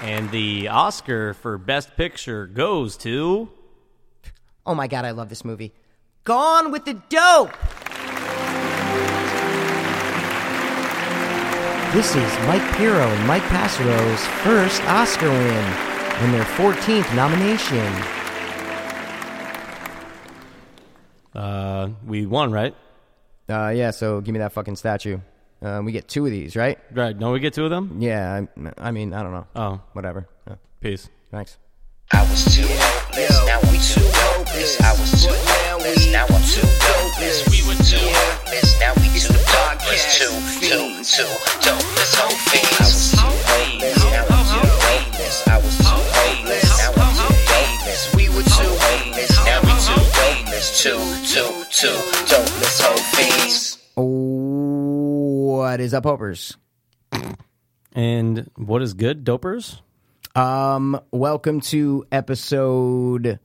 And the Oscar for Best Picture goes to. Oh my god, I love this movie. Gone with the Dope. This is Mike Pirro and Mike Passero's first Oscar win and their 14th nomination. Uh, we won, right? Uh, yeah, so give me that fucking statue. Uh, we get two of these, right? Right. Don't we get two of them? Yeah, I, I mean, I don't know. Oh, Whatever. Yeah, peace. thanks. I was too hopeless, now I'm too hopeless. I was too hopeless, now I'm too dopeless. We were too hopeless, now we too dopeless. Too, too, too dopeless. Whole fiends. I was too hopeless, now I'm too hopeless. I was too hopeless, now I'm too dopeless. We were too hopeless, now we too dopeless. Too, too, too dopeless. Whole fiends. What is up, Hopers? And what is good, dopers? Um, welcome to episode,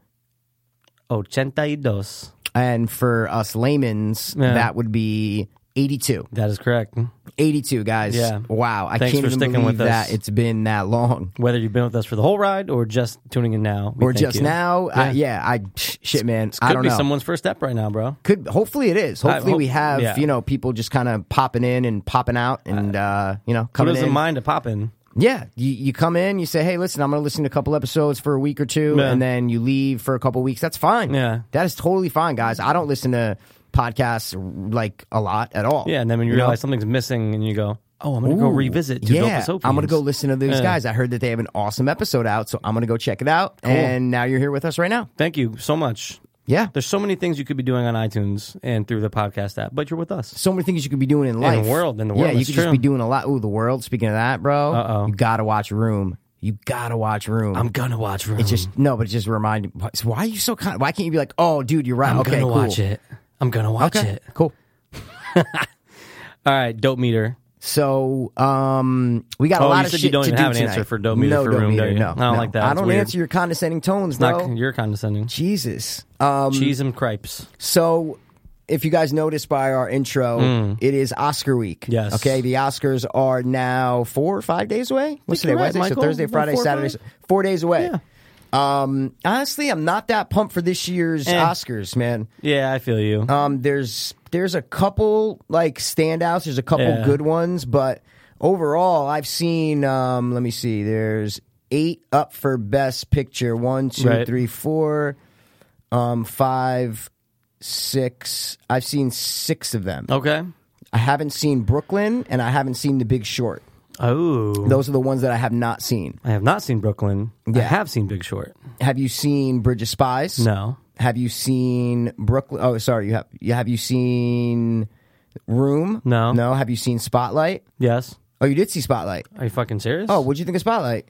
Ochenta y dos. and for us laymen's, Yeah. that would be 82. That is correct. 82, guys. Yeah. Wow. I Thanks can't for even sticking believe with us. that it's been that long. Whether you've been with us for the whole ride or just tuning in now, we Or thank just you. now, yeah. I, Yeah. yeah, I psh, shit, man, Could I don't be know. someone's first step right now, bro. Could hopefully it is. Hopefully hope- we have yeah. you know people just kind of popping in and popping out and uh, you know Who coming doesn't in. mind a pop in? Yeah, you, you come in, you say, "Hey, listen, I'm going to listen to a couple episodes for a week or two, Yeah. and then you leave for a couple weeks. That's fine. Yeah. that is totally fine, guys. I don't listen to podcasts r- like a lot at all. Yeah, and then when you, know? realize something's missing, and you go, "Oh, I'm gonna go Ooh, revisit." To yeah, Dopus I'm going to Hopians." go listen to these Yeah. guys. I heard that they have an awesome episode out, so I'm going to go check it out. And now you're here with us right now. Thank you so much. Yeah, There's so many things you could be doing on iTunes and through the podcast app, but you're with us. so many things you could be doing in life, world, in the world, Yeah, you that's could just true. be doing a lot. Ooh, the world. Speaking of that, bro, Uh-oh. you gotta watch Room. You gotta watch Room. I'm gonna watch Room. it's just no, but it just remind. you- why- Why are you so kind? Why can't you be like, oh, dude, you're right. I'm okay, gonna cool. watch it. I'm gonna watch Okay, it. cool. All right, dope meter. So um, we got a Oh, lot you of said you shit don't to even do have an tonight. answer for Dope Meter no, for Dope Room, do Meter, you? No, I don't no. like that. I It's don't weird. answer your condescending tones, Not bro. you're condescending. Jesus. Um, Cheese and cripes. So, if you guys noticed by our intro, it is Oscar week. Mm. Yes. Okay. The Oscars are now four or five days away. What's you're today? right, Wednesday, so Michael. Thursday, About Friday, four or Saturday, five? so- four days away. Yeah. Um, honestly, I'm not that pumped for this year's Eh. Oscars, man. Yeah, I feel you. Um, there's there's a couple like standouts. There's a couple Yeah. good ones, but overall, I've seen. Um, let me see. There's eight up for Best Picture. One, two, Right. three, four, um, five, six. I've seen six of them. okay. I haven't seen Brooklyn, and I haven't seen The Big Short. Oh, Those are the ones that I have not seen. I have not seen Brooklyn. I Yeah. have seen Big Short. Have you seen Bridge of Spies? No. Have you seen Brooklyn? Oh, sorry. You have. You have you seen Room? No. No. Have you seen Spotlight? Yes. Oh, you did see Spotlight. Are you fucking serious? Oh, what'd you think of Spotlight?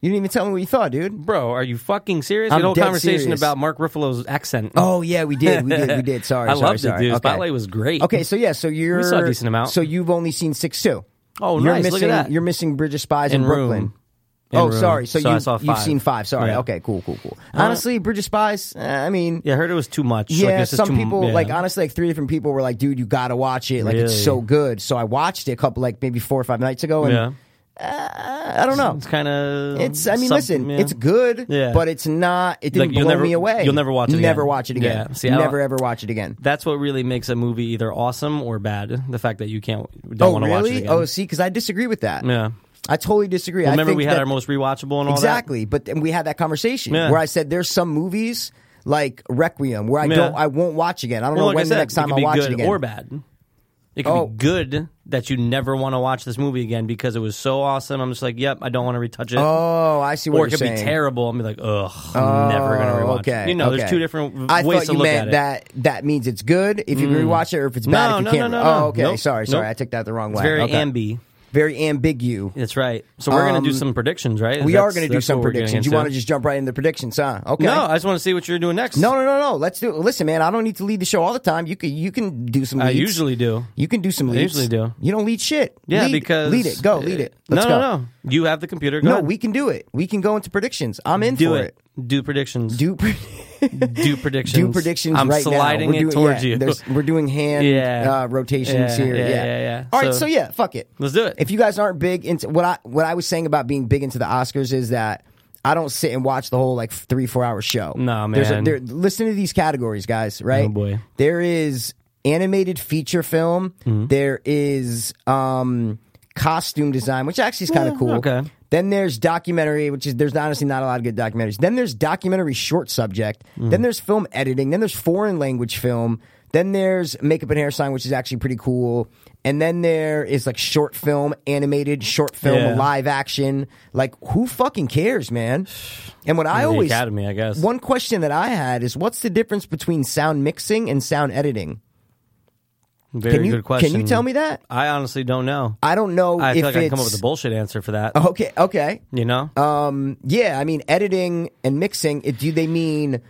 You didn't even tell me what you thought, dude. bro, are you fucking serious? I'm the whole dead conversation serious. about Mark Ruffalo's accent. Oh yeah, we did. We did. We did. Sorry, I sorry, loved it, sorry. dude. Okay. Spotlight was great. Okay, so yeah, so you're saw a decent amount. So you've only seen six too. Oh, you're nice. Missing, Look at that. You're missing Bridge of Spies In in Brooklyn. Room. In Oh, Room. sorry. So, So I you, saw you've five. seen five. Sorry. Yeah. Okay. Cool. Cool. Cool. Honestly, Bridge of Spies. eh, I mean, yeah, I heard it was too much. yeah. like, it's just some too, people yeah. like honestly, like three different people were like, "Dude, you gotta watch it. Like it's Really? so good." So I watched it a couple, like maybe four or five nights ago, and Yeah. I don't know. It's kind of. It's. I mean, listen. It's good, Yeah. but it's not. It didn't Like, you'll blow never- me away. you'll never watch it Never again. watch it again. Yeah. See, I don't- never ever watch it again. That's what really makes a movie either awesome or bad. The fact that you can't don't oh want to watch it really? again. Oh, see, because I disagree with that. yeah. I totally disagree. I Remember think we had that- our most rewatchable and all exactly, but then we had that conversation Yeah. where I said there's some movies like Requiem where I Yeah. don't, I won't watch again. I that. don't Well, know like when I said, the next time it could I be watch good it again. or bad. It could Oh. be good that you never want to watch this movie again because it was so awesome. I'm just like, yep, I don't want to retouch it. Oh, I see what or it you're could saying. be terrible and be like, ugh, I'm never gonna Oh, rewatch. okay. it. You know, okay. there's two different I ways thought to you look at it. meant Mm. that that means it's good if you rewatch it, or if it's bad No, if you no, can't. no, no, oh, no. okay. Nope. Sorry, sorry, Nope. I took that the wrong It's way. very okay. ambi. very ambiguous. That's right. So we're Um, gonna do some predictions, right? We That's- are going to do that's some what we're getting predictions. You into. want to just jump right into the predictions, huh? Okay. No, I just want to see what you're doing next. no, no, no, no. Let's do. it. Listen, man, I don't need to lead the show all the time. You can, you can do some. I Leads. usually do. you can do some. Leads. usually do. You don't lead shit. Yeah, Lead- because lead it. Go, lead it. Let's no, go. no, no. You have the computer. Go No, ahead. we can do it. We can go into predictions. I'm in do for it. Do predictions. Do pre- do predictions. do predictions I'm right now. sliding We're doing- it towards yeah, you. there's- We're doing hand Yeah. uh, rotations Yeah, here. yeah, Yeah, yeah, yeah. All right, So- so yeah, fuck it. Let's do it. If you guys aren't big into what I what I was saying about being big into the Oscars is that I don't sit and watch the whole like three four hour show. Nah, There's a- man. there, listen to these categories, guys. Right? Oh, boy. There is animated feature film. Mm-hmm. There is um, costume design, which actually is kind of Yeah, cool. okay. Then there's documentary, which is there's honestly not a lot of good documentaries. Then there's documentary short subject. Mm. Then there's film editing. Then there's foreign language film. Then there's makeup and hair sign, which is actually pretty cool. And then there is like short film, animated short film, Yeah. live action. Like who fucking cares, man? And what I always Academy, I guess. one question that I had is what's the difference between sound mixing and sound editing? Very can you good question. can you tell me that? I honestly don't know. I don't know I if feel like I it's Oh. can come up with a bullshit answer for that. okay. Okay, You know? Um, yeah, I mean, editing and mixing. It, do they mean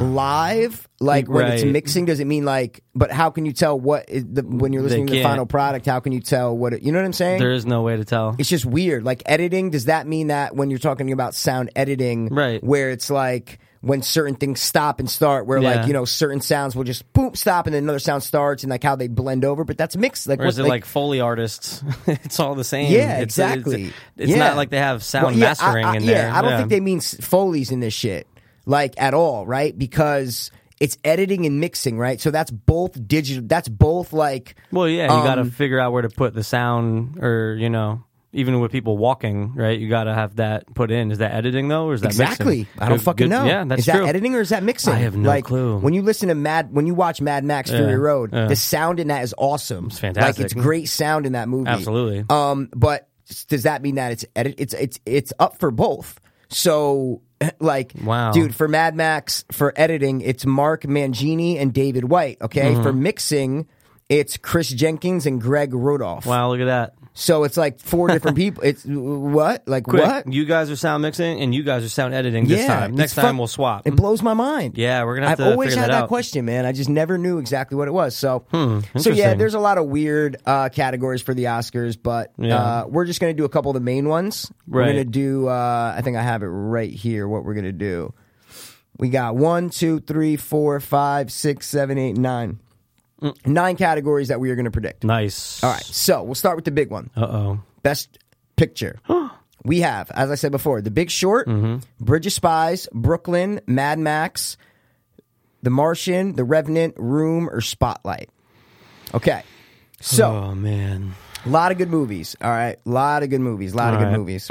live? Like when it's Right. mixing, does it mean like? But how can you tell what is the, when you're listening to the can't. final product? How can you tell what? It, you know what I'm saying? there is no way to tell. it's just weird. Like editing, does that mean that when you're talking about sound editing, Right. Where it's like when certain things stop and start, where Yeah. like you know certain sounds will just boom stop and then another sound starts and like how they blend over. But that's mixed. Like Or is what- it like, Foley artists? it's all the same. Yeah, It's- it's- exactly. It's, it's Yeah. not like they have sound Well, yeah, I- mastering I, in yeah, there. I don't think they mean s- Foley's in this shit, like at all, right? Because it's editing and mixing, right? So that's both digital. That's both like Well, yeah, you got to um, figure out where to put the sound, or you know, even with people walking, right? You got to have that put in. Is that editing though, or is that mixing? exactly. I don't Good- fucking good- know. Yeah, that's is that true. editing or is that mixing? I have no like, clue. When you listen to Mad, when you watch Mad Max Fury Yeah, Road, yeah. the sound in that is awesome. It's fantastic. Like it's great sound in that movie. Absolutely. Um, but s- does that mean that it's edit? It's it's it's up for both. So like, Wow. dude, for Mad Max for editing, it's Mark Mangini and David White. Okay, Mm-hmm. for mixing. It's Chris Jenkins and Greg Rudolph. Wow, look at that. So it's like four different people. It's what? Like Quick, what? You guys are sound mixing, and you guys are sound editing this time. it's Next fuck- time we'll swap. It blows my mind. Yeah, we're gonna have I've to always figure had that that, out. Hmm, question, man. I just never knew exactly what it was. So, so yeah, interesting. there's a lot of weird uh, categories for the Oscars, but Yeah. uh, we're just gonna do a couple of the main ones. Right. We're gonna do. Uh, I think I have it right here. What we're gonna do? We got one, two, three, four, five, six, seven, eight, nine. Mm. Nine categories that we are gonna predict. Nice. All right, so we'll start with the big one Uh oh. best picture. we have, as I said before, The Big Short, Mm-hmm. Bridge of Spies, Brooklyn, Mad Max, The Martian, The Revenant, Room, or Spotlight. Okay. So, Oh man. a lot of good movies. All right. A lot of good movies. A lot of All good right. movies.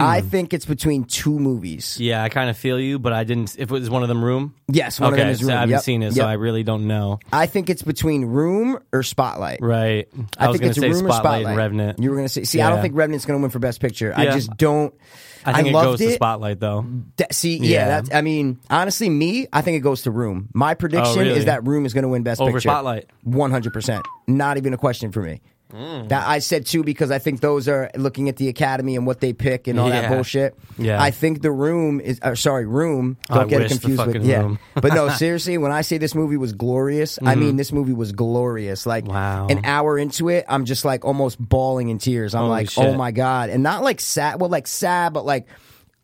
I think it's between two movies. Yeah, I kind of feel you, but I didn't. If it was one of them, room. Yes, one of okay, them is so Room. I haven't Yep, seen it, yep. so I really don't know. I think it's between Room or Spotlight. Right. I, was think going it's to say Room or Spotlight, and Revenant. You were going to say, see, I Yeah. don't think Revenant's going to win for Best Picture. I Yeah. just don't. I think it loved goes to it. Spotlight though. That, see, yeah, Yeah. Oh, that's. I mean, honestly, me, I think it goes to Room. My prediction really? is that Room is going to win Best Over Picture. Spotlight. one hundred percent. Not even a question for me. Mm. That I said too because I think those are looking at the Academy and what they pick and all Yeah. that bullshit. Yeah. I think the Room is. Or sorry, Room. Don't I get wish it the confused with fucking yeah. Room. Mm-hmm. but no, seriously, when I say this movie was glorious, I mean this movie was glorious. Like Wow. an hour into it, I'm just like almost bawling in tears. I'm Holy like, shit. oh my god, and not like sad, well, like sad, but like.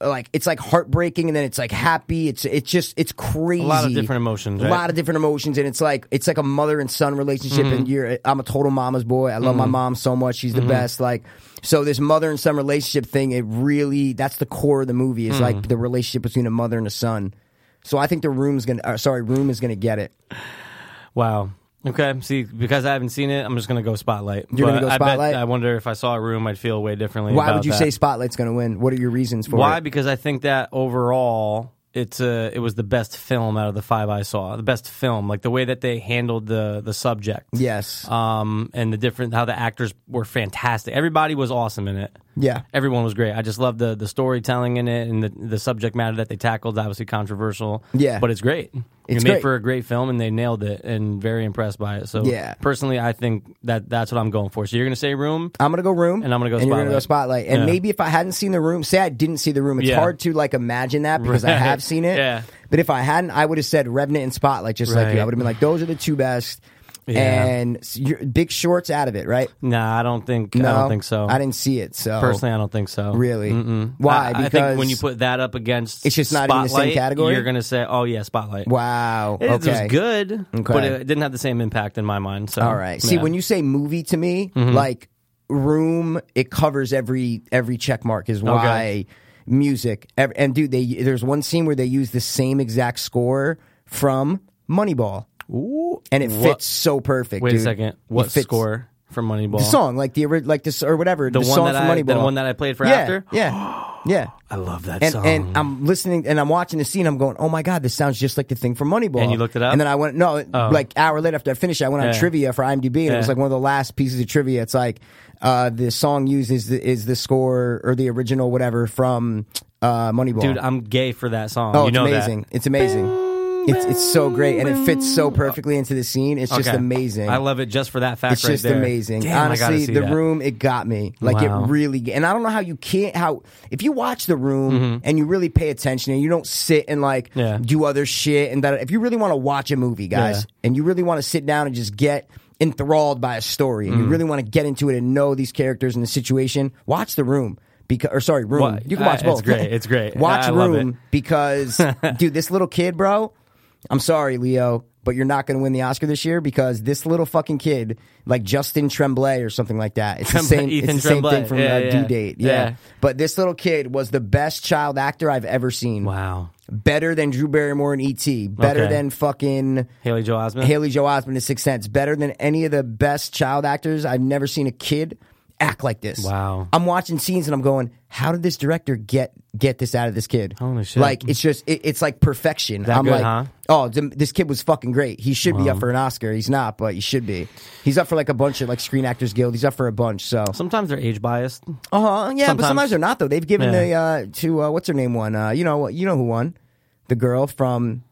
Like it's like heartbreaking, and then it's like happy. It's it's just it's crazy. lot of different emotions, A right? lot of different emotions, and it's like it's like a mother and son relationship. Mm-hmm. And you're, I'm a total mama's boy. I love my mom so much; she's the best. Like, so this mother and son relationship thing, it really that's the core of the movie. Is Mm. like the relationship between a mother and a son. So I think the room's gonna, uh, sorry, room is gonna get it. Wow. Okay. See, because I haven't seen it, I'm just gonna go Spotlight. You're gonna But go I, Spotlight? bet, I wonder if I saw a room, I'd feel way differently. Why about would you that. say Spotlight's gonna win? What are your reasons for Why? it? Because I think that overall, it's a, it was the best film out of the five I saw. The best film, like the way that they handled the the subject. Yes, Um, and the different how the actors were fantastic. Everybody was awesome in it. Yeah. everyone was great. I just love the the storytelling in it and the the subject matter that they tackled. Obviously controversial. Yeah. but it's great. It's it made great. for a great film, and they nailed it. And very impressed by it. So Yeah. personally, I think that that's what I'm going for. So you're gonna say Room? I'm gonna go room, And I'm gonna go and you're gonna go Spotlight. spotlight. And Yeah. maybe if I hadn't seen the room, say I didn't see the room, it's Yeah. hard to like imagine that because I Right. have seen it. Yeah. But if I hadn't, I would have said Revenant and Spotlight, just like you. Right. I would have been like, those are the two best. Yeah. and s- you're, Big Short's out of it, right? Nah, I don't think. I don't think so. I didn't see it. So Personally, I don't think so. Really? Mm-mm. I- Why? I, Because- think when you put that up against It's just not even the Spotlight, same category? You're gonna say, "Oh yeah, Spotlight." wow. It okay. was good, but Okay. it didn't have the same impact in my mind. So, All right. See, yeah. Mm-hmm. when you say movie to me, like room, it covers every every check mark is why music. ev- And dude, they there's one scene where they use the same exact score from Moneyball, Ooh. and it What- fits so perfect. Wait dude. a second. It What fits- score from Moneyball? The song, like the ori- like this or whatever, the, The one song that from I, Moneyball, the one that I played for yeah, after. yeah, yeah. I love that and, song. and I'm listening and I'm watching the scene. I'm going, oh my god, this sounds just like the thing from Moneyball. And you looked it up? Oh. And then I went, no, like hour later after I finished, I went on Yeah. trivia for IMDb, and it was Yeah. like one of the last pieces of trivia. It's like uh, the song used is the, is the score or the original whatever from uh, Moneyball. Dude, I'm gay for that song. oh, you it's know amazing! that. It's amazing. It's it's so great, and it fits so perfectly into the scene. It's just Okay. amazing. I love it just for that fact. It's right just there. amazing. Damn, I gotta Honestly, see the that. room it got me. Like Wow. it really, and I don't know how you can't how if you watch the room and you really pay attention and you don't sit and like Mm-hmm. Yeah. do other shit and that. If you really want to watch a movie, guys, Yeah. and you really want to sit down and just get enthralled by a story Mm. and you really want to get into it and know these characters and the situation, watch the room. Because, or sorry, room. What? You can watch Uh, both. it's great. It's great. watch I love it. room because, dude, this little kid, bro. I'm sorry, Leo, but you're not going to win the Oscar this year because this little fucking kid, like Justin Tremblay or something like that. It's the Tremblay- same. Ethan it's the same Tremblay. thing from Yeah, uh, yeah. Due Date. Yeah. Yeah. But this little kid was the best child actor I've ever seen. Wow. Better than Drew Barrymore in E.T. Better Okay. than fucking Haley Joel Osment. Haley Joel Osment in Sixth Sense. Better than any of the best child actors. I've never seen a kid act like this. Wow. I'm watching scenes and I'm going, how did this director get get this out of this kid? Holy shit. Like it's just it, it's like perfection. I'm good, like, huh? oh, th- this kid was fucking great. He should be up for an Oscar. He's not, but he should be. He's up for like a bunch of like Screen Actors Guild. He's up for a bunch. So Sometimes they're age biased. uh huh. Yeah, but Sometimes- sometimes they're not though. They've given Yeah. the uh, to uh, what's her name one. Uh, you know you know who won? The girl from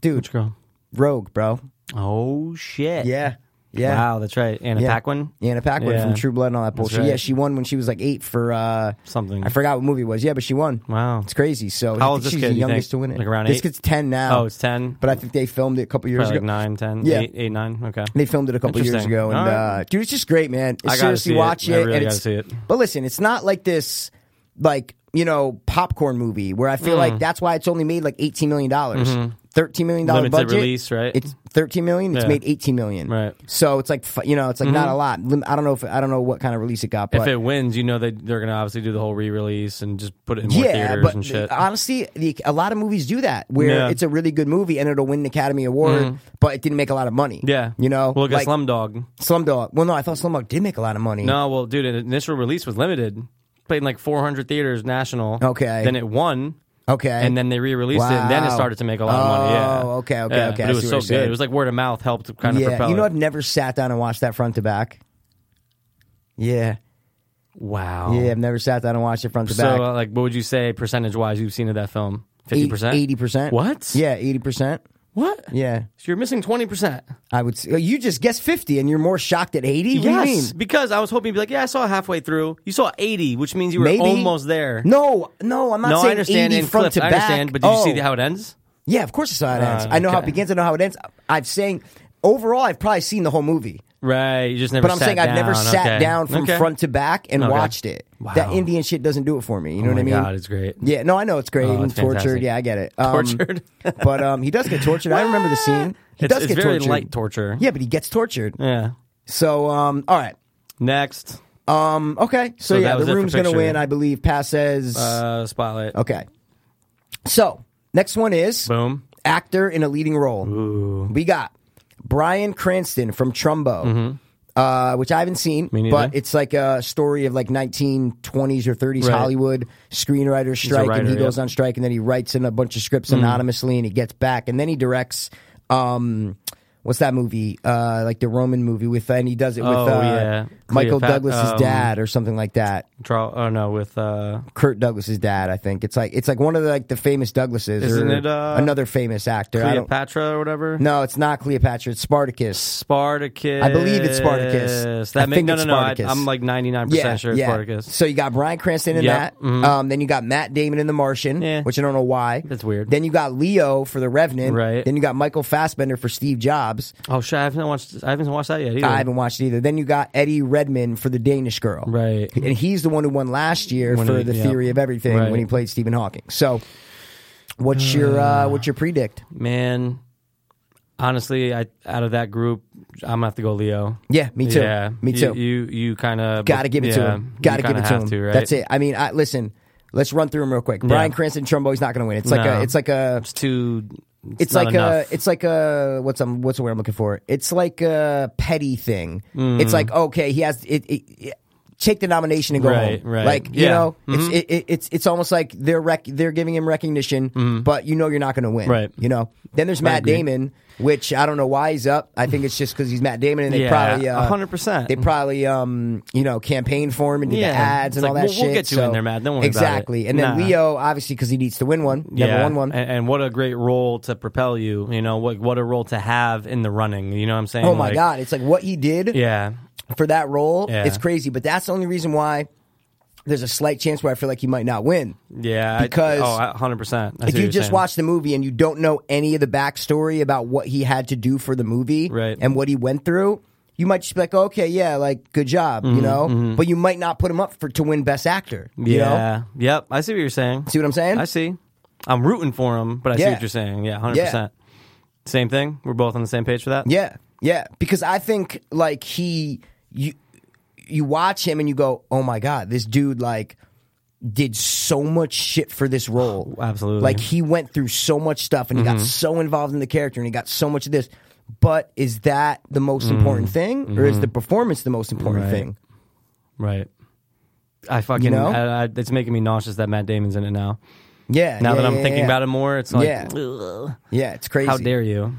dude Which girl? Rogue, bro. Oh shit. Yeah. Yeah. Wow, that's right. Anna Yeah. Paquin. Anna Paquin Yeah. from True Blood and all that bullshit. right. Yeah, she won when she was like eight for uh, Something. I forgot what movie it was. Yeah, but she won. Wow. it's crazy. So How I old think is this she's kid, the you think? youngest to win it. Like around this eight? kid's ten now. Oh, it's 10? But I think they filmed it a couple years Probably like ago. nine, ten, Yeah. eight, eight, nine. Okay. They filmed it a couple years Interesting. ago, and All right. uh, dude, it's just great, man. It's I gotta seriously see it. watch it. I really and gotta it's- see it. But listen, it's not like this, like you know, popcorn movie where I feel Mm. like that's why it's only made like eighteen million dollars, thirteen million dollar Limited budget Mm-hmm. release, right? It's thirteen million. It's Uh, Yeah. made eighteen million, Right. Mm-hmm. So it's like fu- you know, it's like not a lot. Lim- I don't know if I don't know what kind of release it got, but if it wins, you know they they're gonna obviously do the whole re-release and just put it in more yeah, theaters but and shit. honestly, the, a lot of movies do that where Yeah. Mm-hmm. it's a really good movie and it'll win an Academy Award, but it didn't make a lot of money. yeah, you know, Well, look at like Slumdog. Slumdog. Well, no, I thought Slumdog did make a lot of money. No, well, dude, the initial release was limited. Played in like 400 theaters national. Okay. Then it won, okay, and then they re-released it, and then it Wow. started to make a lot of money. Yeah. Oh, okay, okay, Yeah, okay. I But it see was what so you're saying. good. It was like word of mouth helped to kind of yeah, propel you know, it. I've never sat down and watched that front to back. Yeah, Wow. yeah, I've never sat down and watched it front to So, back. uh, like, what would you say percentage wise you've seen of that film? Fifty percent, Eighty percent. What? Yeah, eighty percent. What? Yeah, So you're missing twenty percent. I would. s- uh, You just guessed fifty, and you're more shocked at eighty. What do you mean? because I was hoping you'd be like, yeah, I saw halfway through. You saw eighty, which means you were Maybe almost there. No, no, I'm not no, saying I understand. 80 In front clips, to I back. understand. But did you oh, see how it ends? Yeah, of course I saw how it ends. I know how it okay. begins. I know how it ends. I've saying overall, I've probably seen the whole movie, Right. You just never. but I'm sat saying down. I've never sat Okay. down from Okay. front to back and Okay. watched it. Wow. That Indian shit doesn't do it for me. You know Oh what my I mean? god, it's great. Yeah, no, I know it's great Oh, and it's tortured. fantastic. Yeah, I get it. Um, Tortured? but um, he does get tortured. I remember the scene. He It's- does it's get very tortured. light torture. Yeah, but he gets tortured. Yeah. So, um, all right. Next, Um, okay. So, So yeah, that was it the for room's going to picture. win, I believe. Pass says. uh, spotlight. okay. So, next one is Boom. actor in a leading role. We got Brian Cranston from Trumbo, uh, which I haven't seen, Mm-hmm. Me neither. but it's like a story of like 1920s or 30s Right. Hollywood screenwriter strike, writer, Mm-hmm. and he goes yep. on strike, and then he writes in a bunch of scripts anonymously, and he gets back, and then he directs. Um, What's that movie? Uh, like the Roman movie with, and he does it with Oh, uh, yeah. Michael Cleopat- Douglas's um, dad or something like that. Draw. Oh no, with uh, Kurt Douglas's dad, I think. It's like it's like one of the, like the famous Douglases, Isn't or it, uh, another famous actor. I don't- Cleopatra or whatever. no, it's not Cleopatra. It's Spartacus. Spartacus. I believe it's Spartacus. That I ma- think no, it's no, no. I, Spartacus. I'm like 99% sure it's Spartacus. So you got Brian Cranston in Yep, Mm-hmm. that. Um, then you got Matt Damon in The Martian, Yeah. which I don't know why. That's weird. Then you got Leo for The Revenant. Right. Then you got Michael Fassbender for Steve Jobs. Jobs. Oh shit! I haven't watched. I haven't watched that yet either. I haven't watched it either. Then you got Eddie Redman for The Danish Girl. Right. And he's the one who won last year When for he- The yeah. Theory of Everything Right. when he played Stephen Hawking. So what's your uh, what's your predict? Man, honestly, I out of that group, I'm gonna have to go Leo. Yeah, me too. Yeah, Me You- too. You you, kind of Got to give it to him. Got to give it to him. right? That's it. I mean, I, listen, let's run through him real quick. Brian Cranston Trumbo, he's not going to win. It's like No. a, it's like a, It's too. It's, it's not like enough. a, it's like a, what's um, what's the word I'm looking for? It's like a petty thing. It's like okay, he has it. it, it Take the nomination and go Right, home. right. Like you Yeah. Mm-hmm. know, it's it, it, it's it's almost like they're rec- they're giving him recognition, but you know you're not going to win. Mm-hmm. Right. You know. Then there's Matt agree. Damon, which I don't know why he's up. I think it's just because he's Matt Damon, and they Yeah, probably uh, 100%. They probably um you know campaigned for him and did Yeah. the It's ads and like, all that we'll- shit. we'll get you so- in there, Matt. Don't worry about it. exactly. And then Nah. Leo, obviously, because he needs to win one, never won one. And, and what a great role to propel you. You know what? What a role to have in the running. You know what I'm saying? Oh my Like, god, it's like what he did Yeah. for that role. Yeah. It's crazy, but that's the only reason why there's a slight chance where I feel like he might not win. Yeah. I- Because oh, 100. percent If you just watch the movie and you don't know any of the backstory about what he had to do for the movie Right. and what he went through, you might just be like, okay, yeah, like good job, Mm-hmm, you know. But you might not put him up for to win Best Actor. You know? yeah. Yep. I see what you're saying. see what I'm saying? I see. I'm rooting for him, but I see Yeah. what you're saying. Yeah, 100. percent Same thing. We're both on the same page for that. Yeah, yeah. Because I think like he, you, you watch him and you go, oh my god, this dude like did so much shit for this role. Oh, Absolutely. Mm-hmm. Like he went through so much stuff and he got so involved in the character and he got so much of this. But is that the most important thing, or is the performance the most important Mm-hmm. Right. thing? Right. I fucking. know? I, I, it's making me nauseous that Matt Damon's in it now. Yeah. Now yeah, that I'm yeah, thinking yeah. about it more, it's like, Yeah. ugh, yeah, it's crazy. how dare you?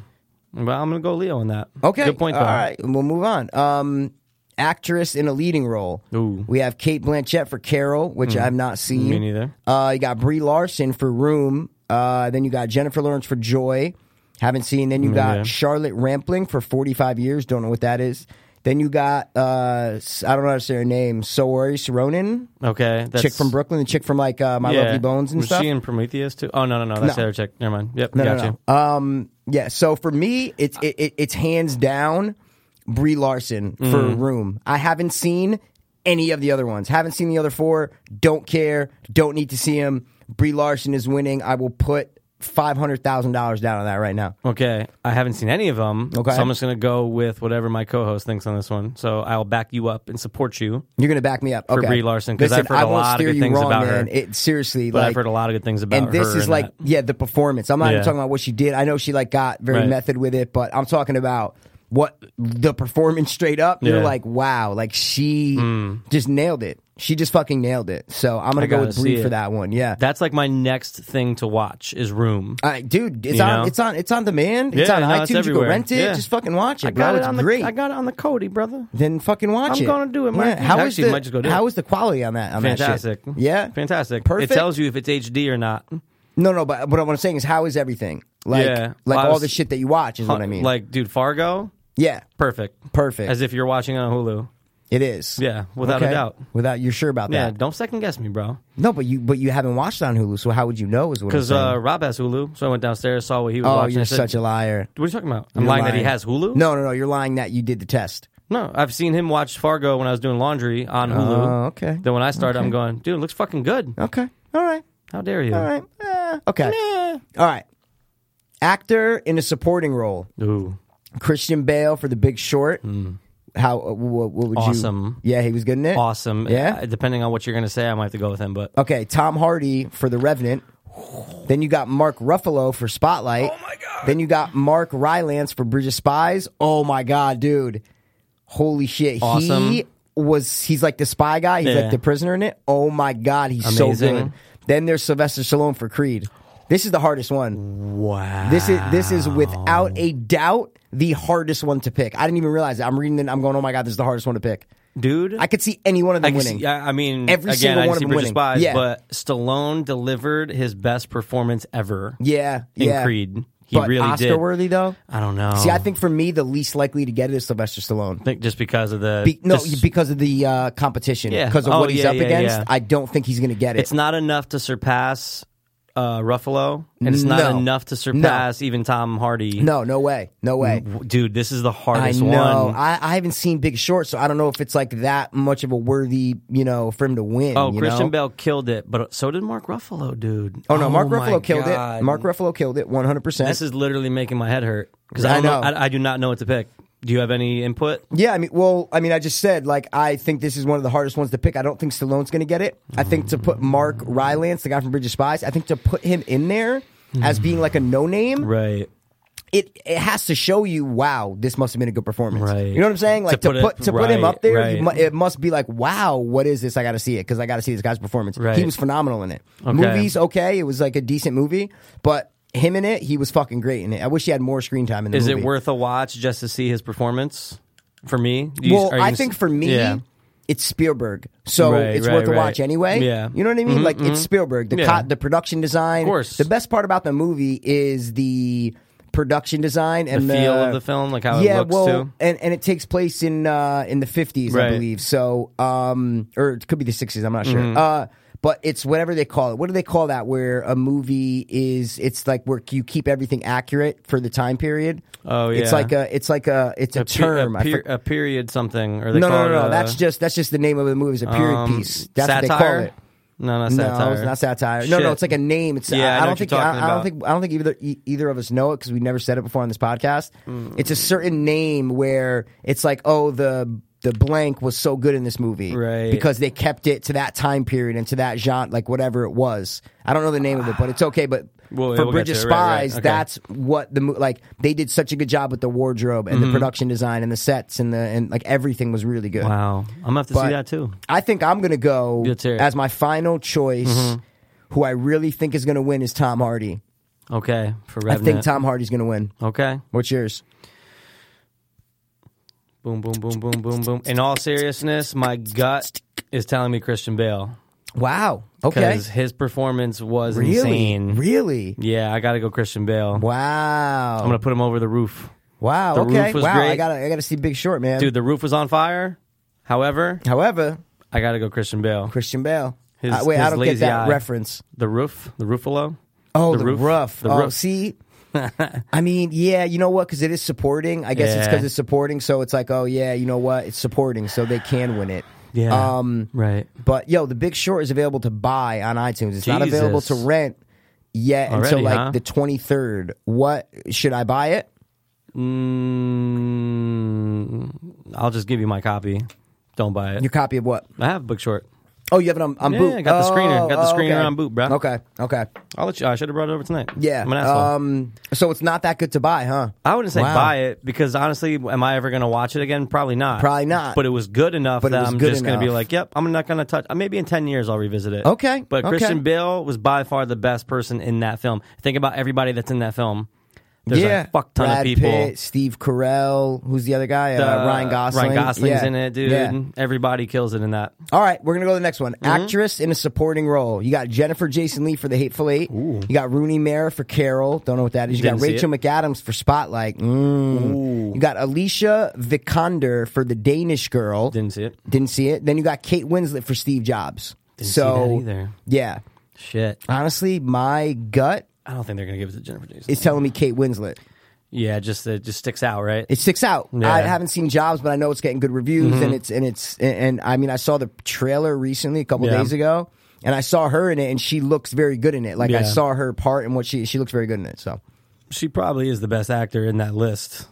Well, I'm gonna go Leo on that. Okay. Good point. Though. All right, we'll move on. Um, actress in a leading role. Ooh. Hmm. We have Kate Blanchett for Carol, which I've not seen. Me neither. Uh, you got Brie Larson for Room. Uh, then you got Jennifer Lawrence for Joy. Haven't seen. Then you got yeah. Charlotte Rampling for 45 years. Don't know what that is. Then you got uh, s- I don't know how to say her name. Saori Soronin, Okay. That's, chick from Brooklyn, the chick from like uh, My Lovely Bones and Was stuff. she in Prometheus too? Oh no, no, no. That's the No. other chick. Never mind. Yep. No, no, gotcha. no. Um, yeah. So for me, it's it, it, it's hands down Brie Larson for Mm. Room. I haven't seen any of the other ones. Haven't seen the other four. Don't care. Don't need to see them. Brie Larson is winning. I will put five hundred thousand dollars down on that right now. Okay, I haven't seen any of them. Okay. so I'm just gonna go with whatever my co-host thinks on this one. So I'll back you up and support you. You're gonna back me up okay. Brie Larson, 'cause Listen, I've heard I a won't lot of steer good you things wrong, about her. man. It seriously, But like, I've heard a lot of good things about and this her is and like that. yeah the performance i'm not even Yeah. talking about what she did i know she like got very Right. method with it but i'm talking about what the performance straight up you're Yeah. Mm. like wow like she just nailed it she just fucking nailed it so i'm gonna I go gotta with see Bree for it. that one yeah That's like my next thing to watch is Room. All right, dude, it's You on, know? it's on, it's on demand. It's Yeah, on no, it's iTunes. you can everywhere. rent it. Yeah. Just fucking watch it, I got bro. it it's on great. the I got it on the Cody, brother. then fucking watch I'm it. gonna do it, Mike. How is Actually, the might just go do how it. is the quality on that? On Fantastic. That shit? Yeah, Fantastic. Perfect. It tells you if it's HD or not. No, no, but what I'm saying is, how is everything? Like, Yeah. like Well, I all was- the shit that you watch is what I mean. Like, dude, Fargo, yeah, perfect. perfect. As if you're watching on Hulu. It is. Yeah, without a Okay. doubt. Without you're sure about Yeah, that. don't second guess me, bro. No, but you but you haven't watched it on Hulu, so how would you know? Is what I'm Because saying. uh, Rob has Hulu, so I went downstairs, saw what he was oh, watching. I you're said, such a liar. What are you talking about? I'm You're lying, that he has Hulu? No, no, no. You're lying that you did the test. No, I've seen him watch Fargo when I was doing laundry on Hulu. Oh, okay. Then when I started, I'm going, dude, it looks fucking good. Okay. All right. How dare you? All right. Eh, okay. All right. Actor in a supporting role: Ooh. Christian Bale for The Big Short. How? uh, What, what would Hmm. Awesome. you? Yeah, he was good in it. Awesome. Yeah? Uh, Depending on what you're going to say, I might have to go with him, but. Okay, Tom Hardy for The Revenant. Then you got Mark Ruffalo for Spotlight. Oh my god. Then you got Mark Rylance for Bridge of Spies. Oh my god, dude. Holy shit. Awesome. He was he's like the spy guy, he's Yeah. like the prisoner in it. Oh my god, he's Amazing. so good. Then there's Sylvester Stallone for Creed. This is the hardest one. Wow. This is this is without a doubt the hardest one to pick. I didn't even realize it. I'm reading it. I'm going, oh my god, this is the hardest one to pick. Dude. I could see any one of them I can winning. see- I I mean, Every again, single I one see of them Bridge winning. Spies, Yeah. but Stallone delivered his best performance ever yeah, in yeah. Creed. He but really Oscar did. worthy though. I don't know. See, I think for me, the least likely to get it is Sylvester Stallone. think just because of the Be- no, this- because of the uh, competition, Yeah. because of Oh, what he's yeah, up yeah, against. yeah. I don't think he's going to get it. it's not enough to surpass uh, Ruffalo, and it's not No. enough to surpass even Tom Hardy. No, no way, no way. W- dude, this is the I hardest know. Mm-hmm. one. I, I haven't seen Big Short, so I don't know if it's like that much of a worthy, you know, for him to win. oh, you Christian know? Bell killed it, but so did Mark Ruffalo, dude. Oh no, Mark my Ruffalo killed God. it. Mark Ruffalo killed it, one hundred percent. This is literally making my head hurt because I I, don't know. know. I, I do not know what to pick. Do you have any input? Yeah, I mean, well, I mean, I just said like I think this is one of the hardest ones to pick. I don't think Stallone's going to get it. I think to put Mark Rylance, the guy from Bridge of Spies, I think to put him in there Mm-hmm. as being like a no name, Right. it it has to show you, wow, this must have been a good performance. Right. You know what I'm saying? Like To to put put it- to put him up there, you right. mu- it must be like, wow, what is this? I got to see it because I got to see this guy's performance. He Right. was phenomenal in it. Okay. Movies okay, it was like a decent movie, but him in it, he was fucking great in it. I wish he had more screen time in the Is movie. it worth a watch just to see his performance? For me, Do you- well, are you I s- think for me, yeah. it's Spielberg, so Right, it's right, worth a right. watch anyway. Yeah. Mm-hmm, you know what I mean. like it's Spielberg. The Yeah. co- the production design. Of course. The best part about the movie is the production design and the, The feel of the film, like how it yeah, looks, well, too. and and it takes place in uh, in the fifties, I Right. believe. So, um, or it could be the sixties. I'm not sure. Mm-hmm. Uh, but it's whatever they call it. What do they call that? Where a movie is, it's like where you keep everything accurate for the time period. Oh, it's yeah. like a, it's like a, it's Pe- a, term. a, I per- for- a period something, or they no, call no, no, it no. a, that's just that's just the name of the movie. It's a period um, piece. That's what they satire? call it. No, not No, satire. it's not satire. No, no, Shit. it's like a name. It's Yeah, I I, know I what don't you're think I, talking I don't about. think I don't think either e- either of us know it because we never said it before on this podcast. Hmm. It's a certain name where it's like oh the the blank was so good in this movie Right. because they kept it to that time period and to that genre like whatever it was. I don't know the name of it, but it's okay. But Well, yeah, for we'll Bridge of get to it. Right, right. Spies, Okay. that's what the mo- like they did such a good job with the wardrobe and the Mm-hmm. production design and the sets and the and like everything was really good. Wow, I'm gonna have to But- see that too. I think I'm going to go Let's hear Mm-hmm. it. as my final choice. Who I really think is going to win is Tom Hardy. Okay, for I Revenant. think Tom Hardy's going to win. Okay, What's yours? boom, boom, boom, boom, boom, boom. In all seriousness, my gut is telling me Christian Bale Wow. Okay. because his performance was Really? insane. Really? Yeah, I gotta go Christian Bale. Wow. I'm gonna put him over the roof, wow. The okay. roof was wow. I great. got to I got to see Big Short, man. dude. The roof was on fire. However, However, I gotta go Christian Bale. Christian Bale. His- Uh, wait, I his don't get lazy that eye. reference. The roof, the roofalo. Oh, The the, roof. rough. The oh, roof. see. I mean, yeah, you know what? Because it is supporting. I guess it's because Yeah. it's supporting. So it's like, oh yeah, you know what? It's supporting, so they can win it. Yeah. Um, Right. But yo, The Big Short is available to buy on iTunes. It's not Jesus. available to rent yet until Already, like huh? the 23rd. What should I buy it? Mm, I'll just give you my copy. Don't buy it. Your copy of what? I have Book Short. Oh, you have it on, on Yeah, boot. I got the screener. Oh, Got the oh, screener okay. on boot, bruh. Okay, okay. I'll let you. I should have brought it over tonight. Yeah. I'm an asshole. Um so it's not that good to buy, huh? I wouldn't say Wow. buy it because honestly, am I ever going to watch it again? Probably not. Probably not. But it was good enough But it that was I'm good just going to be enough. like, yep, I'm not going to touch. uh, Maybe in ten years I'll revisit it. Okay, But okay. Christian Bale was by far the best person in that film. Think about everybody that's in that film. There's yeah. a fuck ton Brad of people. Pitt, Steve Carell, who's the other guy? uh, Uh, Ryan Gosling. Ryan Gosling's Yeah. in it, dude. Yeah. Everybody kills it in that. All right, we're gonna go to the next Mm-hmm. one. Actress in a supporting role. You got Jennifer Jason Lee for The Hateful Eight. You got Rooney Mara for Carol. Don't know what that is. You Didn't got see Rachel McAdams for Spotlight. Mm. You got Alicia Vikander for The Danish Girl. Didn't see it. Didn't see it. Then you got Kate Winslet for Steve Jobs. Didn't so see that either. yeah, Shit. honestly, my gut I don't think they're going to give it to Jennifer Jason. is telling me Kate Winslet. yeah, just it just sticks out, right? It sticks out. Yeah. Mm-hmm. I haven't seen Jobs, but I know it's getting good reviews, and it's and it's and, and I mean I saw the trailer recently a couple Yeah. days ago, and I saw her in it, and she looks very good in it. Like Yeah. I saw her part and what she she looks very good in it. So she probably is the best actor in that list.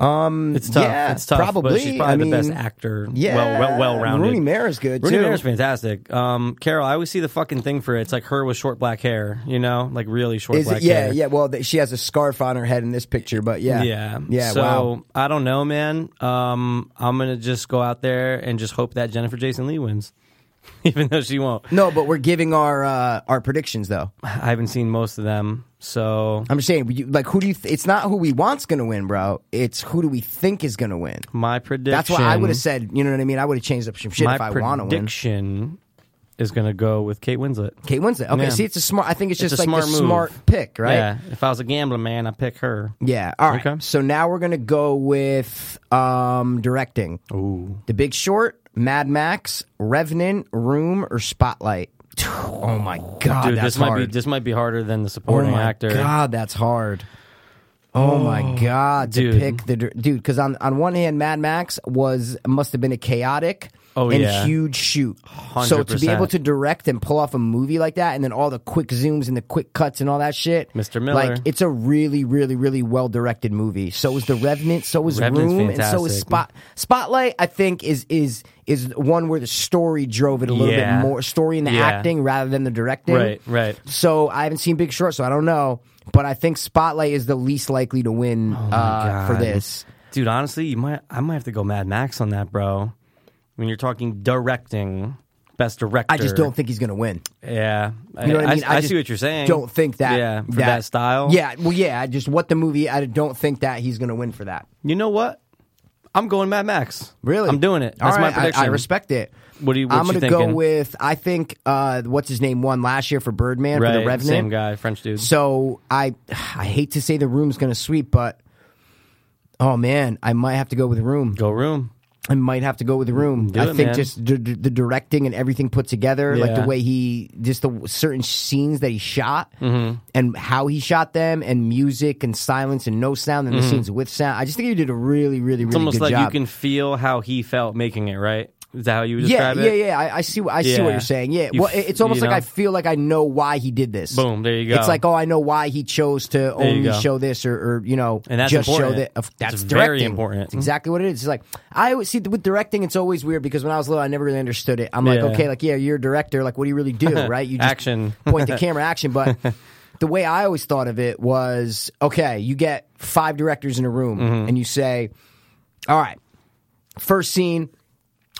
Um, it's tough. yeah, it's tough. probably. but she's I probably the best mean, actor. yeah, well, well, well rounded. Rooney Mara's good Rooney too. Mara's fantastic. Um, Carol, I always see the fucking thing for it. It's like her with short black hair. You know, like really short Is black it? Yeah, hair. yeah. Well, th- she has a scarf on her head in this picture, but yeah, Yeah. yeah. So wow. I don't know, man. Um, I'm gonna just go out there and just hope that Jennifer Jason Lee wins, even though she won't. No, but we're giving our uh, our predictions though. I haven't seen most of them, so I'm just saying, you- like, who do you? Th- it's not who we want's going to win, bro. It's who do we think is going to win. my prediction. That's why I would have said, you know what I mean? I would have changed up some shit my if I want to win. prediction is gonna go with Kate Winslet. Kate Winslet. Okay, Yeah. see, it's a smart. I think it's It's just a like smart the move. smart pick, right? Yeah. If I was a gambler, man, I pick her. Yeah. All right. Okay. So now we're gonna go with um, directing. Ooh. The Big Short, Mad Max, Revenant, Room, or Spotlight. Oh my god, Dude, that's this might hard. be this might be harder than the oh supporting my actor. god, that's hard. Oh, my god, to dude. pick the dir- dude because on on one hand, Mad Max was must have been a chaotic. Oh, and yeah. huge shoot. So to be 100%. able to direct and pull off a movie like that, and then all the quick zooms and the quick cuts and all that shit, Mr. Miller. like it's a really, really, really well directed movie. So was the Revenant, so was Revenant's Room, and so is fantastic. Spot Spotlight. I think is is is one where the story drove it a little Yeah. bit more, story and the Yeah. acting rather than the directing. Right, right. So I haven't seen Big Short, so I don't know. But I think Spotlight is the least likely to win uh, for Oh God. this. Dude, honestly, you might I might have to go Mad Max on that, bro. When you're talking directing, best director. I just don't think he's going to win. Yeah, You know what I mean? I, just see what you're saying. Don't think that. Yeah, for that, style. Yeah, well, yeah. I Just what the movie. I don't think that he's going to win for that. You know what? I'm going Mad Max. Really, I'm doing it. All That's my right, I- prediction. I, respect it. What do you- what I'm you gonna go thinking? with. I think uh, what's his name won last year for Birdman Right, for the Revenant. same guy, French dude. So I, I hate to say the room's going to sweep, but oh man, I might have to go with the room. go room. I might have to go with the room. I it, think man. just d- d- the directing and everything put together, like the Yeah. way he just the w- certain scenes that he shot Mm-hmm. and how he shot them, and music and silence and no sound and the scenes with sound. I just think he did a really, really, really Mm-hmm. It's almost good like job. you can feel how he felt making it. Right? Is that how you would yeah, describe yeah, it? yeah. I, I see. what- I see what Yeah. you're saying. Yeah. You well, f- it- it's almost you like know? I feel like I know why he did this. Boom, there you go. It's like, oh, I know why he chose to only go. show this, or, or you know, And that's just show important. that. Of, that's It's very directing. important. It's exactly what it is. It's like I always see with directing, it's always weird because when I was little, I never really understood it. I'm like, Yeah. okay, like yeah, you're a director. Like, what do you really do, right? You just Action. point the camera, action. But the way I always thought of it was, okay, you get five directors in a room, Mm-hmm. and you say, all right, first scene,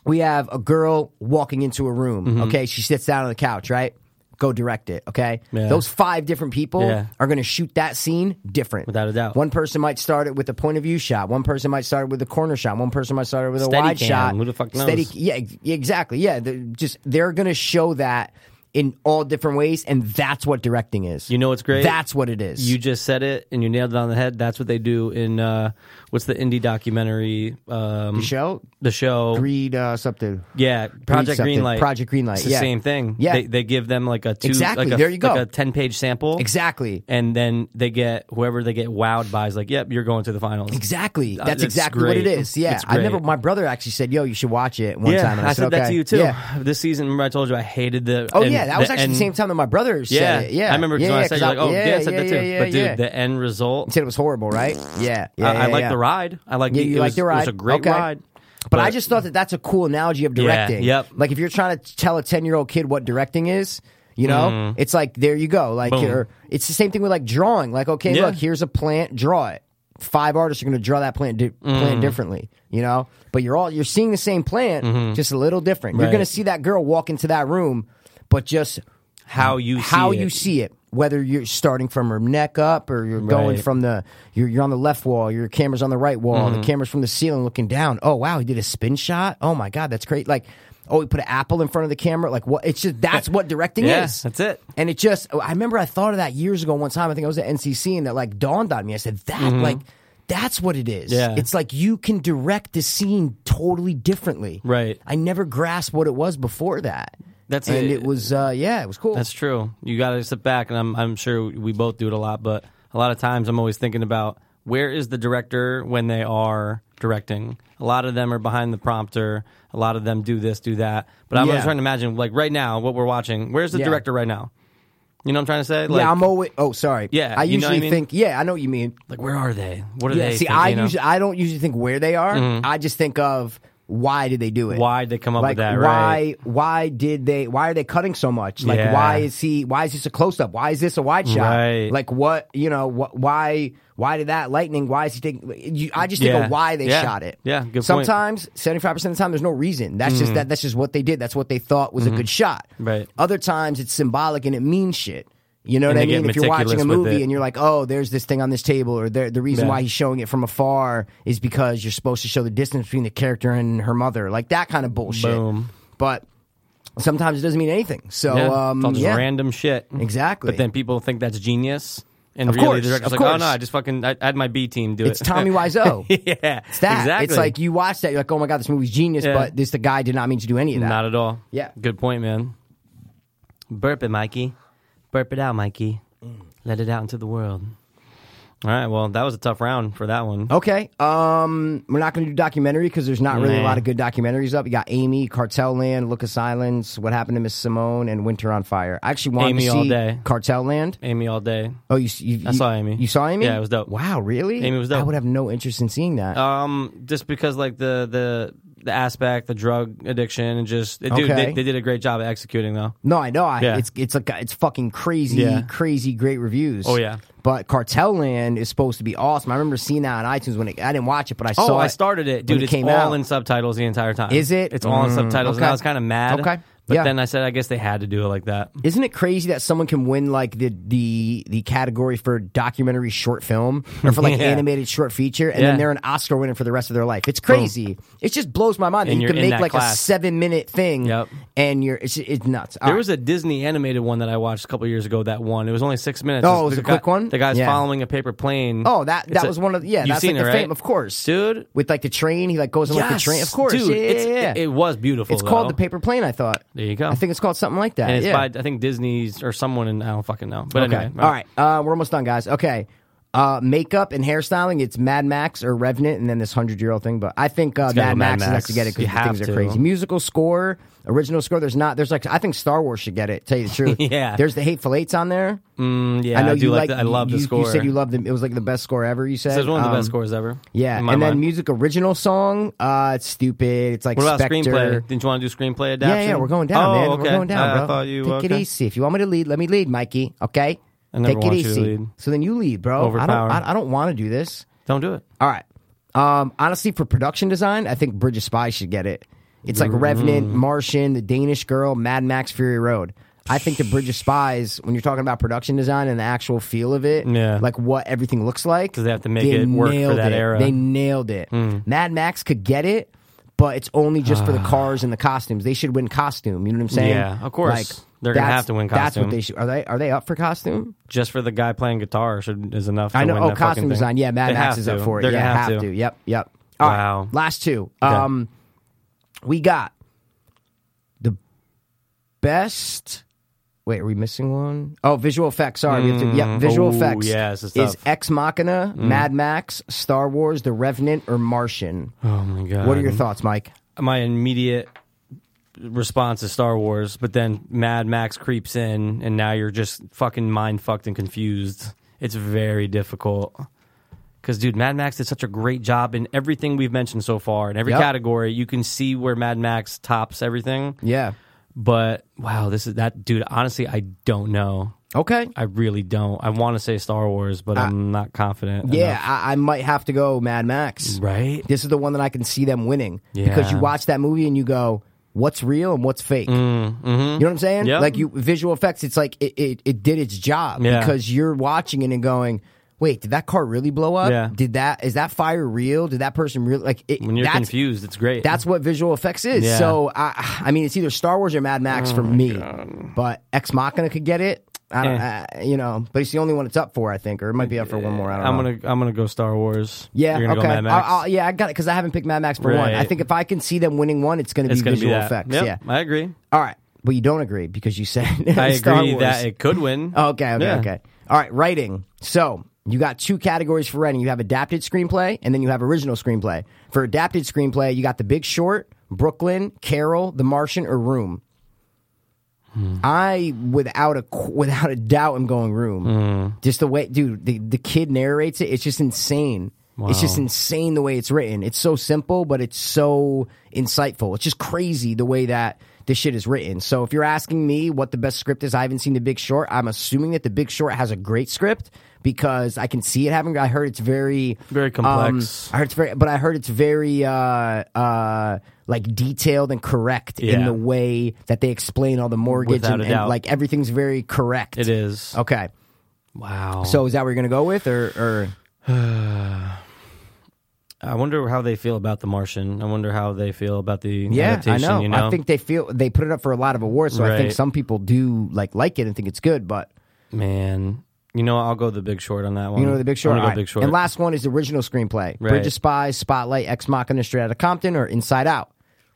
we have a girl walking into a room. Mm-hmm. Okay, she sits down on the couch, right? Go direct it. Okay, Yeah. those five different people Yeah. are going to shoot that scene different, Without a doubt. One person might start it with a point of view shot. One person might start it with a corner shot. One person might start it with a wide Steadicam. shot. Who the fuck knows? Steady- yeah, ex- exactly. Yeah, they're just they're going to show that in all different ways, and that's what directing is. You know what's great? That's what it is. You just said it and you nailed it on the head. That's what they do in uh, what's the indie documentary? Um, show the show. read uh, something. yeah, Project something. Greenlight. Project Greenlight, It's the yeah. same thing. Yeah. they, they give them like a two, Exactly, Like a, there you go. like a ten page sample. Exactly. and then they get whoever they get wowed by is like, "Yep, you're going to the finals." Exactly. Uh, That's it's exactly what it great. is. Yeah. It's I never. great. My brother actually said, "Yo, you should watch it." One yeah, time, and I, I said, said that okay. to you too. Yeah. This season, remember I told you I hated the. Oh and yeah, that was actually the end- same time that my brother said Yeah, it. Yeah, I remember Yeah, when I yeah, said 'cause you're like, "Oh yeah, I said yeah, that too." yeah, but dude, yeah. the end result. said it was horrible, right? Yeah, yeah. I, I yeah, like yeah. the ride. I like Yeah, the, you it like was, the It ride. was a great Okay. ride. But I just thought that that's a cool analogy of directing. yep. Like if you're trying to tell a ten year old kid what directing is, you know, it's like there you go. Like Mm. Boom. you're, it's the same thing with like drawing. Like okay, Yeah. look, here's a plant. Draw it. Five artists are going to draw that plant di- Mm. plant differently, you know. But you're all you're seeing the same plant, just a little different. You're Mm-hmm. Right. going to see that girl walk into that room, but just how you see how it. you see it whether you're starting from her neck up or you're going Right. Mm-hmm. from the you're, you're on the left wall your camera's on the right wall the camera's from the ceiling looking down oh wow he did a spin shot oh my god that's great like oh he put an apple in front of the camera like what it's just that's what directing Yeah, is that's it. and it just i remember i thought of that years ago one time i think i was at ncc and that like dawned on me i said that like that's what it is Mm-hmm. Yeah. it's like you can direct the scene totally differently Right. i never grasped what it was before that That's and it. it was uh, yeah it was cool That's true. You got to sit back, and I'm I'm sure we both do it a lot. But a lot of times, I'm always thinking about where is the director when they are directing. A lot of them are behind the prompter. A lot of them do this, do that. But I'm Yeah. trying to imagine, like right now, what we're watching. Where's the Yeah. director right now? You know what I'm trying to say? Like, yeah, I'm always. Oh, sorry. Yeah, I you know what usually I mean? think. Yeah, I know what you mean. like where are they? What are Yeah, they? see, thinking, I you know? Mm-hmm. usually I don't usually think where they are. I just think of why did they do it? Why'd they come up with Like, that, Why? right. Why did they? Why are they cutting so much? Like, Yeah. why is he? Why is this a close up? Why is this a wide shot? Right. Like, what? You know, wh- why? Why did that lightning? Why is he taking? You, I just think Yeah. of why they Yeah. shot it. Yeah, good point. Mm-hmm. Sometimes seventy five percent of the time, there's no reason. That's just that. That's just what they did. That's what they thought was a good shot. Right. Other times, it's symbolic and it means shit. You know And what I they get mean? If you're watching a meticulous with movie it. and you're like, oh, there's this thing on this table, or there, the reason Yeah. why he's showing it from afar is because you're supposed to show the distance between the character and her mother, like that kind of bullshit. Boom. But sometimes it doesn't mean anything. So, Yeah, yeah, um, it's all just yeah. random shit. Exactly. But then people think that's genius. And Of really, course, the director's of like, oh, course. no, I just fucking, I, I had my B team do it's it. Tommy Wiseau. It's yeah. It's that. Exactly. It's like you watch that, you're like, oh my god, this movie's genius, Yeah. but this the guy did not mean to do any of that. Not at all. Yeah. Good point, man. Burp it, Mikey. Burp it out, Mikey. Mm. Let it out into the world. All right. Well, that was a tough round for that one. Okay. Um, we're not going to do documentary because there's not really a Nah. lot of good documentaries up. You got Amy, Cartel Land, Lucas Islands, What Happened to Miss Simone, and Winter on Fire. I actually wanted Amy to see all day. Cartel Land. Amy all day. Oh, you, s- you I you- saw Amy. You saw Amy? Yeah, it was dope. Wow, really? Amy was dope. I would have no interest in seeing that. Um, just because like the the the aspect, the drug addiction, and just dude, Okay. they, they did a great job of executing though. no, I know. I, yeah. It's it's like it's fucking crazy, Yeah. crazy great reviews. Oh, yeah. But Cartel Land is supposed to be awesome. I remember seeing that on iTunes when it, I didn't watch it, but I saw. oh, I it started it, when dude. it it's came all out. in subtitles the entire time. Is it? It's all in Mm, subtitles, and okay. I was kind of mad. Okay. but Yeah. then I said, I guess they had to do it like that. Isn't it crazy that someone can win like the the the category for documentary short film or for like Yeah. animated short feature, and Yeah. then they're an Oscar winner for the rest of their life? It's crazy. It just blows my mind. that And you you're can in make that like a class. seven minute thing, Yep. and you're it's, it's nuts. There was a Disney animated one that I watched a couple years ago. That one, it was only six minutes. Oh, it was The a quick guy- one? The guy's Yeah. following a paper plane. oh that It's that a- was one of yeah You've that's seen like it, the right? fame of course dude. with like the train he like goes on like the train of course dude. yeah, it's, yeah, yeah. It, it was beautiful. it's called though. the paper plane I thought There you go. I think it's called something like that And it's yeah. by I think Disney's or someone, and I don't fucking know. But Okay. anyway, All right. Uh, we're almost done, guys. Okay. Uh, makeup and hairstyling, it's Mad Max or Revenant, and then this hundred year old thing. But I think uh, gotta Mad, go Max, Mad has Max. to get it You because have things are to. crazy. Musical score, original score. There's not. There's like I think Star Wars should get it. Tell you the truth. Yeah. There's the Hateful Eights on there. Mm, yeah, I, know do you like. the, I love you, the score. You said you loved them. It was like the best score ever. You said It's one of the Um, best scores ever. Yeah, in and my then mind. music original song. Uh, it's stupid. It's like What about Spectre. screenplay? Didn't you want to do screenplay Yeah, adaptation? yeah, we're going down, oh, man. Okay. We're going down, I, bro. I thought you Take it okay. easy. If you want me to lead, let me lead, Mikey. Okay. I never Take want it you to easy. lead. So then you lead, bro. I don't. Overpowered. I, I don't want to do this. Don't do it. All right. Um, honestly, for production design, I think Bridge of Spies should get it. It's like Revenant, Mm. Martian, The Danish Girl, Mad Max, Fury Road. I think the Bridge of Spies, when you're talking about production design and the actual feel of it, Yeah. like what everything looks like, because they have to make it work for that era. Hmm. They nailed it. Mad Max could get it, but it's only just for the cars and the costumes. They should win costume. You know what I'm saying? Ah. Yeah, of course. They're gonna that's- have to win That's what costume. they should. Are they? Are they up for costume? Just for the guy playing guitar should, is enough. To I know. Win Oh, that fucking costume thing. design. Yeah, Mad They Max have is to. up for it. They're yeah, gonna have, to. Yep, yep. All right, Wow. last two. Um, we got the best. Wait, are we missing one? Oh, visual effects. Sorry, we have to. Yep, visual Mm, Ooh, effects. yes, it's is tough. Mm. Ex Machina, Mad Max, Star Wars, The Revenant, or Martian? Oh my god. What are your thoughts, Mike? my immediate response is Star Wars, but then Mad Max creeps in, and now you're just fucking mind fucked and confused. It's very difficult. Because, dude, Mad Max did such a great job in everything we've mentioned so far. In every Yep. category, you can see where Mad Max tops everything. Yeah. But wow, this is that, dude. Honestly, I don't know. Okay. I really don't. I want to say Star Wars, but I'm not confident. Yeah, enough. I, I might have to go Mad Max. right. This is the one that I can see them winning because you Yeah. watch that movie and you go, "What's real and what's fake?" You know what I'm Mm, saying? mm-hmm. Yep. Like you visual effects, it's like it, it, it did its job Yeah. because you're watching it and going, "Wait, did that car really blow up? Yeah. Did that is that fire real? Did that person really like?" It, When you're that's, confused, it's great. That's what visual effects is. Yeah. Oh So I, I mean, it's either Star Wars or Mad Max for me. But Ex Machina could get it. I don't, Eh. I, you know, but it's the only one it's up for, I think, or it might be up for one more. I don't I'm know. gonna I'm gonna go Star Wars. Yeah, You're gonna okay. go Mad Max. I'll, I'll, yeah, I got it because I haven't picked Mad Max for one. Right. I think if I can see them winning one, it's going to be it's gonna visual be that. effects. Yep, Yeah. I agree. All right, but you don't agree because you said I Star agree Wars. that it could win. Oh, okay, okay, Yeah. okay. All right, writing. So you got two categories for writing. You have adapted screenplay, and then you have original screenplay. For adapted screenplay, you got The Big Short, Brooklyn, Carol, The Martian, or Room. I without a qu- without a doubt am going room. Mm. Just the way, dude, the, the kid narrates it. It's just insane. It's just insane the way it's written. It's so simple, but it's so insightful. It's just crazy the way that this shit is written. So if you're asking me what the best script is, I haven't seen The Big Short. I'm assuming that The Big Short has a great script because I can see it having. I heard it's very Very um, complex. I heard it's very, but I heard it's very uh, uh, like detailed and correct in Yeah. the way that they explain all the mortgage Without and, a and, doubt. like everything's very correct. It is. Okay, Wow. Oh. so is that what you're gonna go with, or, or I wonder how they feel about The Martian. I wonder how they feel about the yeah, I adaptation. know. You know, I think they feel they put it up for a lot of awards, so I think Right. some people do like like it and think it's good, but. man. You know, I'll go The Big Short on that one. You know the Big Short. I'm All gonna right. go Big Short. And last one is the original screenplay: Bridge Right. of Spies, Spotlight, Ex Machina, Straight Outta Compton, or Inside Out.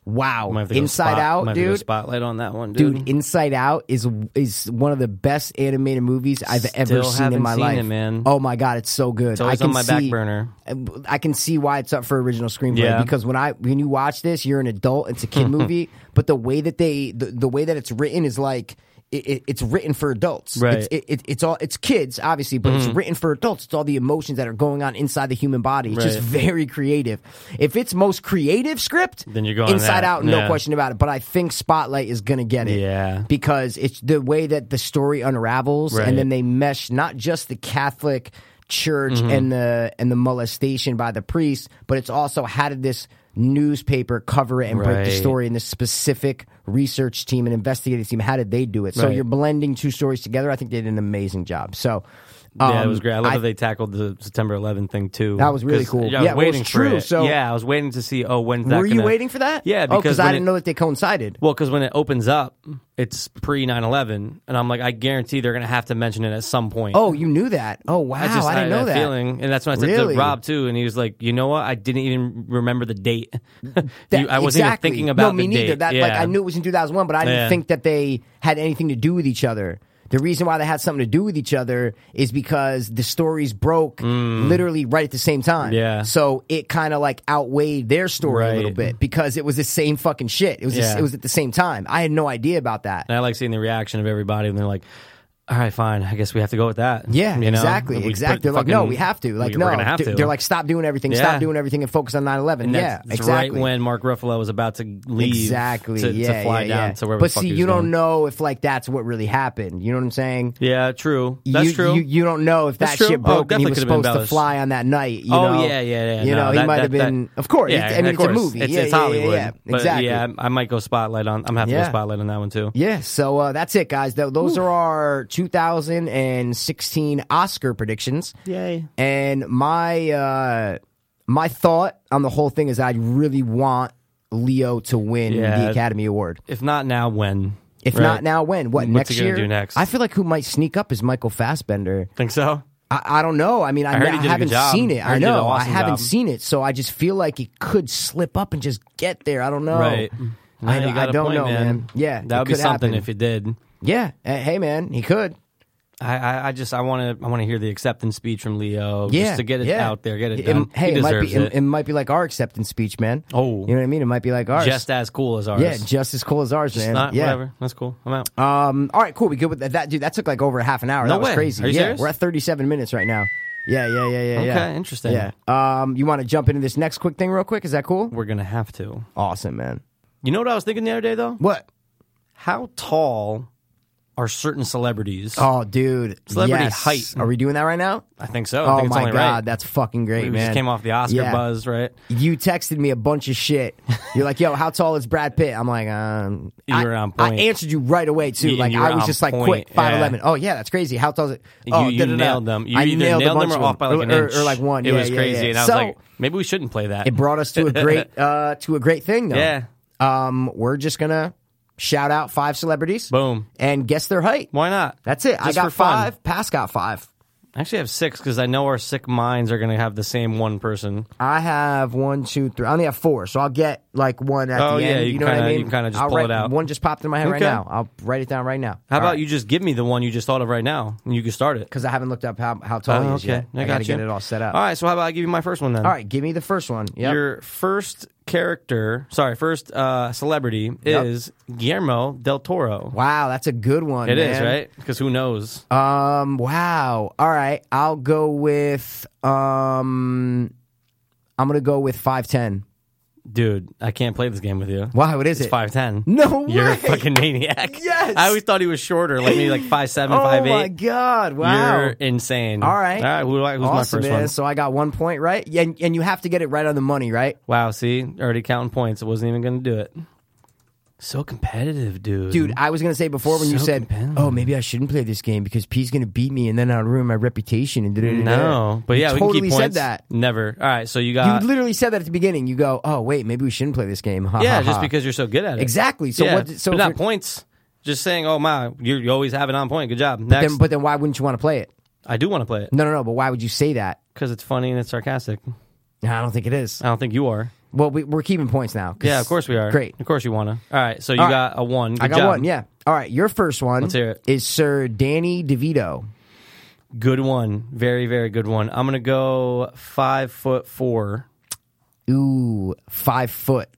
wow, Might have to go Inside spot- might Out, have to go dude. spotlight on that one, dude. Dude, Inside Out is is one of the best animated movies I've ever Still seen in haven't my seen life, it, man. Oh my god, it's so good. it's always I can on my see, back burner. I can see why it's up for original screenplay Yeah. because when I when you watch this, you're an adult. It's a kid movie, but the way that they the, the way that it's written is like it, it, it's written for adults. Right. Mm-hmm. It's, it, it, it's all it's kids obviously, but it's written for adults. It's all the emotions that are going on inside the human body. It's just Right. very creative. If it's most creative script, Then you're going Inside that. Out, no Yeah. question about it. But I think Spotlight is gonna get it. Yeah. because it's the way that the story unravels, Right. Mm-hmm. and then they mesh not just the Catholic church and the and the molestation by the priest, but it's also how did this newspaper cover it and break the Right. story and this specific research team and investigative team, how did they do it? So Right. you're blending two stories together. I think they did an amazing job. So yeah, it um, was great. I love that they tackled the September 11 thing too. That was really 'Cause cool. I was Yeah, well, waiting it's for true, it. so- yeah, I was waiting to see. Oh, when's that? were you gonna- waiting for that? Yeah, Oh, because I when didn't it- know that they coincided. Well, because when it opens up, it's pre 9 11, and I'm like, I guarantee they're going to have to mention it at some point. Oh, you knew that. Oh wow, I, I just didn't had know that. feeling, and that's when I said Really? to Rob too, and he was like, "You know what? I didn't even remember the date. You- That- I wasn't exactly. even thinking about no, me the neither. date. That yeah. like I knew it was in 2001, but I didn't Yeah. think that they had anything to do with each other. The reason why they had something to do with each other is because the stories broke literally right at the same time. Hmm. Yeah. So it kind of like outweighed their story a little Right. bit because it was the same fucking shit. It was Yeah. it was at the same time. I had no idea about that. And I like seeing the reaction of everybody, and they're like, "All right, fine. I guess we have to go with that." Yeah, You know? exactly, We put exactly. They're like, no, fucking- we have to. Like, we- no, we're gonna have They're- to. they're like, stop doing everything, Yeah. stop doing everything, and focus on 9-11. And yeah, that's, that's exactly. right when Mark Ruffalo was about to leave, exactly. to, yeah, to fly yeah, down yeah. to wherever. But the fuck see, he was you don't going. know if like that's what really happened. You know what I'm saying? Yeah, true. That's you, true. You, you don't know if That's that true. shit Oh, broke and he definitely was could've been supposed to embellished. fly on that night. You oh know? yeah, yeah, yeah. You no, know, he that- might have that- been. that- Of course, Yeah, it's, I mean, of it's a course. movie. It's, yeah, it's yeah, yeah, Hollywood. Yeah, But exactly. yeah, I I might go spotlight on. I'm happy to Yeah. go spotlight on that one too. Yeah, so uh, that's it, guys. Tho- Those are our 2016 Oscar predictions. Yay. And my uh, my thought on the whole thing is, I really want Leo to win the Yeah. Academy Award. If not now, when? If Right? not now, when? What's What next he gonna year? do next? I feel like who might sneak up is Michael Fassbender. think so. I, I don't know. I mean, I, heard he I did a good haven't job. seen I it. I, heard he did an know. I awesome haven't job. seen it, so I just feel like it could slip up and just get there. I don't know. Right. Oh. I, No, you I got a don't point, know, man. Yeah, that it would be could something happen. if it did. Yeah. Eh, Hey, man, he could. I, I, I just I want to I want to hear the acceptance speech from Leo Yeah, just to get it yeah. out there, get it It- done. hey, he it might deserves be. It. it might be like our acceptance speech, man. Oh. you know what I mean? It might be like ours. just as cool as ours. yeah, just as cool as ours, man. not yeah. whatever. That's cool. I'm out. Um. All right, cool. We good with that, that, dude? That took like over half an hour. No that was way. crazy. Are you yeah, serious? we're at thirty-seven minutes right now. Yeah, yeah, yeah, yeah. Okay, yeah. interesting. Yeah. Um. You want to jump into this next quick thing real quick? Is that cool? We're gonna have to. Awesome, man. You know what I was thinking the other day though? What? How tall are certain celebrities? Oh, dude. Celebrity yes. height. Are we doing that right now? I think so. I Oh think it's my only god, right. that's fucking great, we man. just came off the Oscar Yeah. buzz, right? you texted me a bunch of shit. You're like, "Yo, how tall is Brad Pitt?" I'm like, um, You I- were on I point. answered you right away too. You- like you were I was on just like, point, "Quick, yeah. five eleven. Oh yeah, that's crazy. How tall is it? Oh, you, you da-da-da. nailed them. You I either nailed, nailed, a them bunch or of off by like or, an or- inch, or, like one. It Yeah, was yeah, crazy, yeah. and I was so, like, maybe we shouldn't play that. it brought us to a great uh, to a great thing though. Yeah. Um, we're just gonna shout out five celebrities. Boom. And guess their height. Why not? That's it. I Just for got fun. five. Pass got five. I actually have six because I know our sick minds are going to have the same one person. I have one, two, three. I only have four, so I'll get like one at Oh, the yeah, end. you know what I kinda- mean? you kinda just I'll pull write, it out. One just popped in my head right Okay. now. I'll write it down right now. How about you just give me the one you just thought of right now and you can start it? Because I haven't looked up how, how tall he Oh, is yet. I, I, got gotta you. get it all set up. All right, so how about I give you my first one then? All right, give me the first one. Yep. Your first character, sorry, first uh, celebrity Yep. is Guillermo del Toro. wow, that's a good one. It is man. right? Because who knows? Um. Wow. All right. I'll go with um. I'm gonna go with five ten. Dude, I can't play this game with you. Wow. What is It's it? 5'10. No You're way. a fucking maniac. Yes. I always thought he was shorter, like maybe like 5'7, Oh 5'8. my god! Wow. You're insane. All right. All right. Who do I, who's awesome, my first man. one? So I got one point right, Yeah, and and you have to get it right on the money, right? Wow. See, already counting points. I wasn't even going to do it. So competitive, dude. Dude, I was gonna say before when you So said, compelling. "Oh, maybe I shouldn't play this game because P's gonna beat me and then I'll ruin my reputation." And da-da-da-da. No. But You yeah, we totally can keep said points. Uh, that. Never. All right. So you You got. literally said that at the beginning. You go, "Oh, wait, maybe we shouldn't play this game." Ha, yeah, ha, just ha. because you're so good at it. Exactly. So yeah. what? So but if not you're- points. Just saying, oh my, you're, you always have it on point. Good job. Next, then, but then why wouldn't you want to play it? I do want to play it No, no, no. But why would you say that? because it's funny and it's sarcastic. No, I don't think it is. I don't think you are. Well, we, we're keeping points now. 'cause- Yeah, of course we are. Great. Of course you want to. All right, so you All right. got a one. Good I got job. one. Yeah. All right. Your first one is hear it. Sir Danny DeVito. Good one. Very, very good one. I'm going to go five foot four. Ooh, five foot.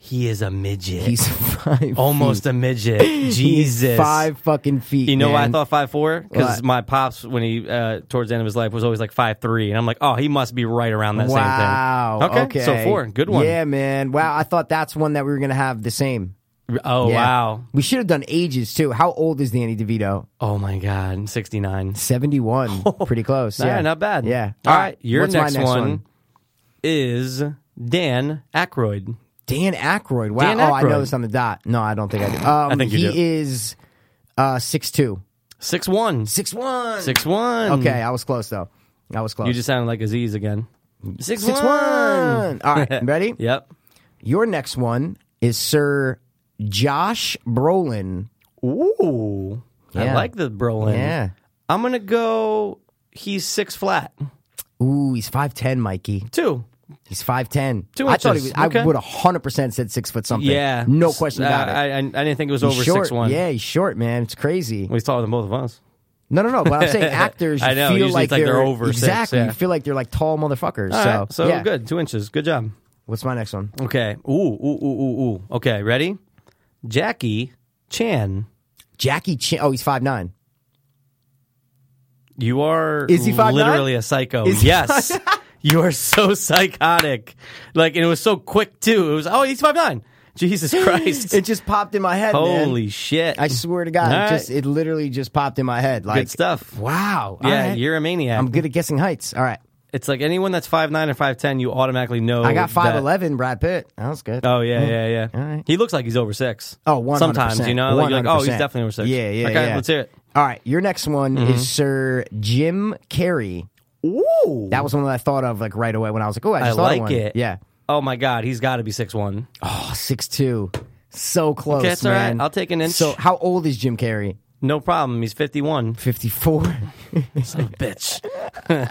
He is a midget. He's five. almost a midget. He's Jesus. five fucking feet. You know why I man. thought five four? Because What? my pops, when he uh, towards the end of his life, was always like five three, and I'm like, oh, he must be right around that Wow. same thing. okay. so four, good one. Yeah, man. Wow. I thought that's one that we were gonna have the same. Oh Yeah. wow. We should have done ages too. How old is Danny DeVito? Oh my god. Sixty nine. Seventy one. Pretty close. Yeah, Yeah, not bad. Yeah. All right, your What's my next, one, is Dan Aykroyd. Dan Aykroyd. Wow. Dan Oh, I know Aykroyd. this on the dot. No, I don't think I do. Um, I think you he do. is uh, six two. Six one. Six one. Six one. Okay, I was close though. I was close. You just sounded like Aziz again. Six, Six one. All right, ready? Yep. Your next one is Sir Josh Brolin. Ooh. I Yeah. like the Brolin. Yeah. I'm gonna go. He's six flat. Ooh, he's five ten, Mikey. Two. He's five ten. Two I thought he was. inches. Okay. I would hundred percent said six foot something. Yeah. no question about I, it. I, I didn't think it was He's over short. six one. Yeah, he's short, man. It's crazy. Well, he's taller than both of us. No, no, no. But I'm saying actors. You I know, Feel usually like it's like they're over six, Exactly. yeah. You feel like they're like tall motherfuckers. All so right, so yeah. good. Two inches. Good job. What's my next one? Okay. Ooh, ooh, ooh, ooh, ooh. Okay, ready? Jackie Chan. Jackie Chan. Oh, he's five nine. You are Is he 5'9"? literally a psycho. Is he yes. you are so psychotic. Like and it was so quick too. It was oh he's five nine. Jesus Christ. It just popped in my head. man. Holy shit. I swear to God, All right. it just it literally just popped in my head. Like good stuff. Wow. All Yeah, right. you're a maniac. I'm good at guessing heights. All right. It's like anyone that's five nine or five ten, you automatically know. I got that- five eleven. Brad Pitt. That was good. Oh yeah, yeah, yeah. All right. He looks like he's over six. Oh, 100%. sometimes you know, like, you're like, oh, he's 100%. definitely over six. Yeah, yeah, Okay, yeah. let's hear it. Mm-hmm. All right, your next one is Sir Jim Carrey. Ooh, That was one that I thought of like right away when I was like, oh, I I just thought like of one. it. Yeah. Oh my god, he's got to be six one. Oh, six two. So close. Okay, it's all right. man. I'll take an inch. So, how old is Jim Carrey? No problem. He's fifty one. 54. Son of a bitch. All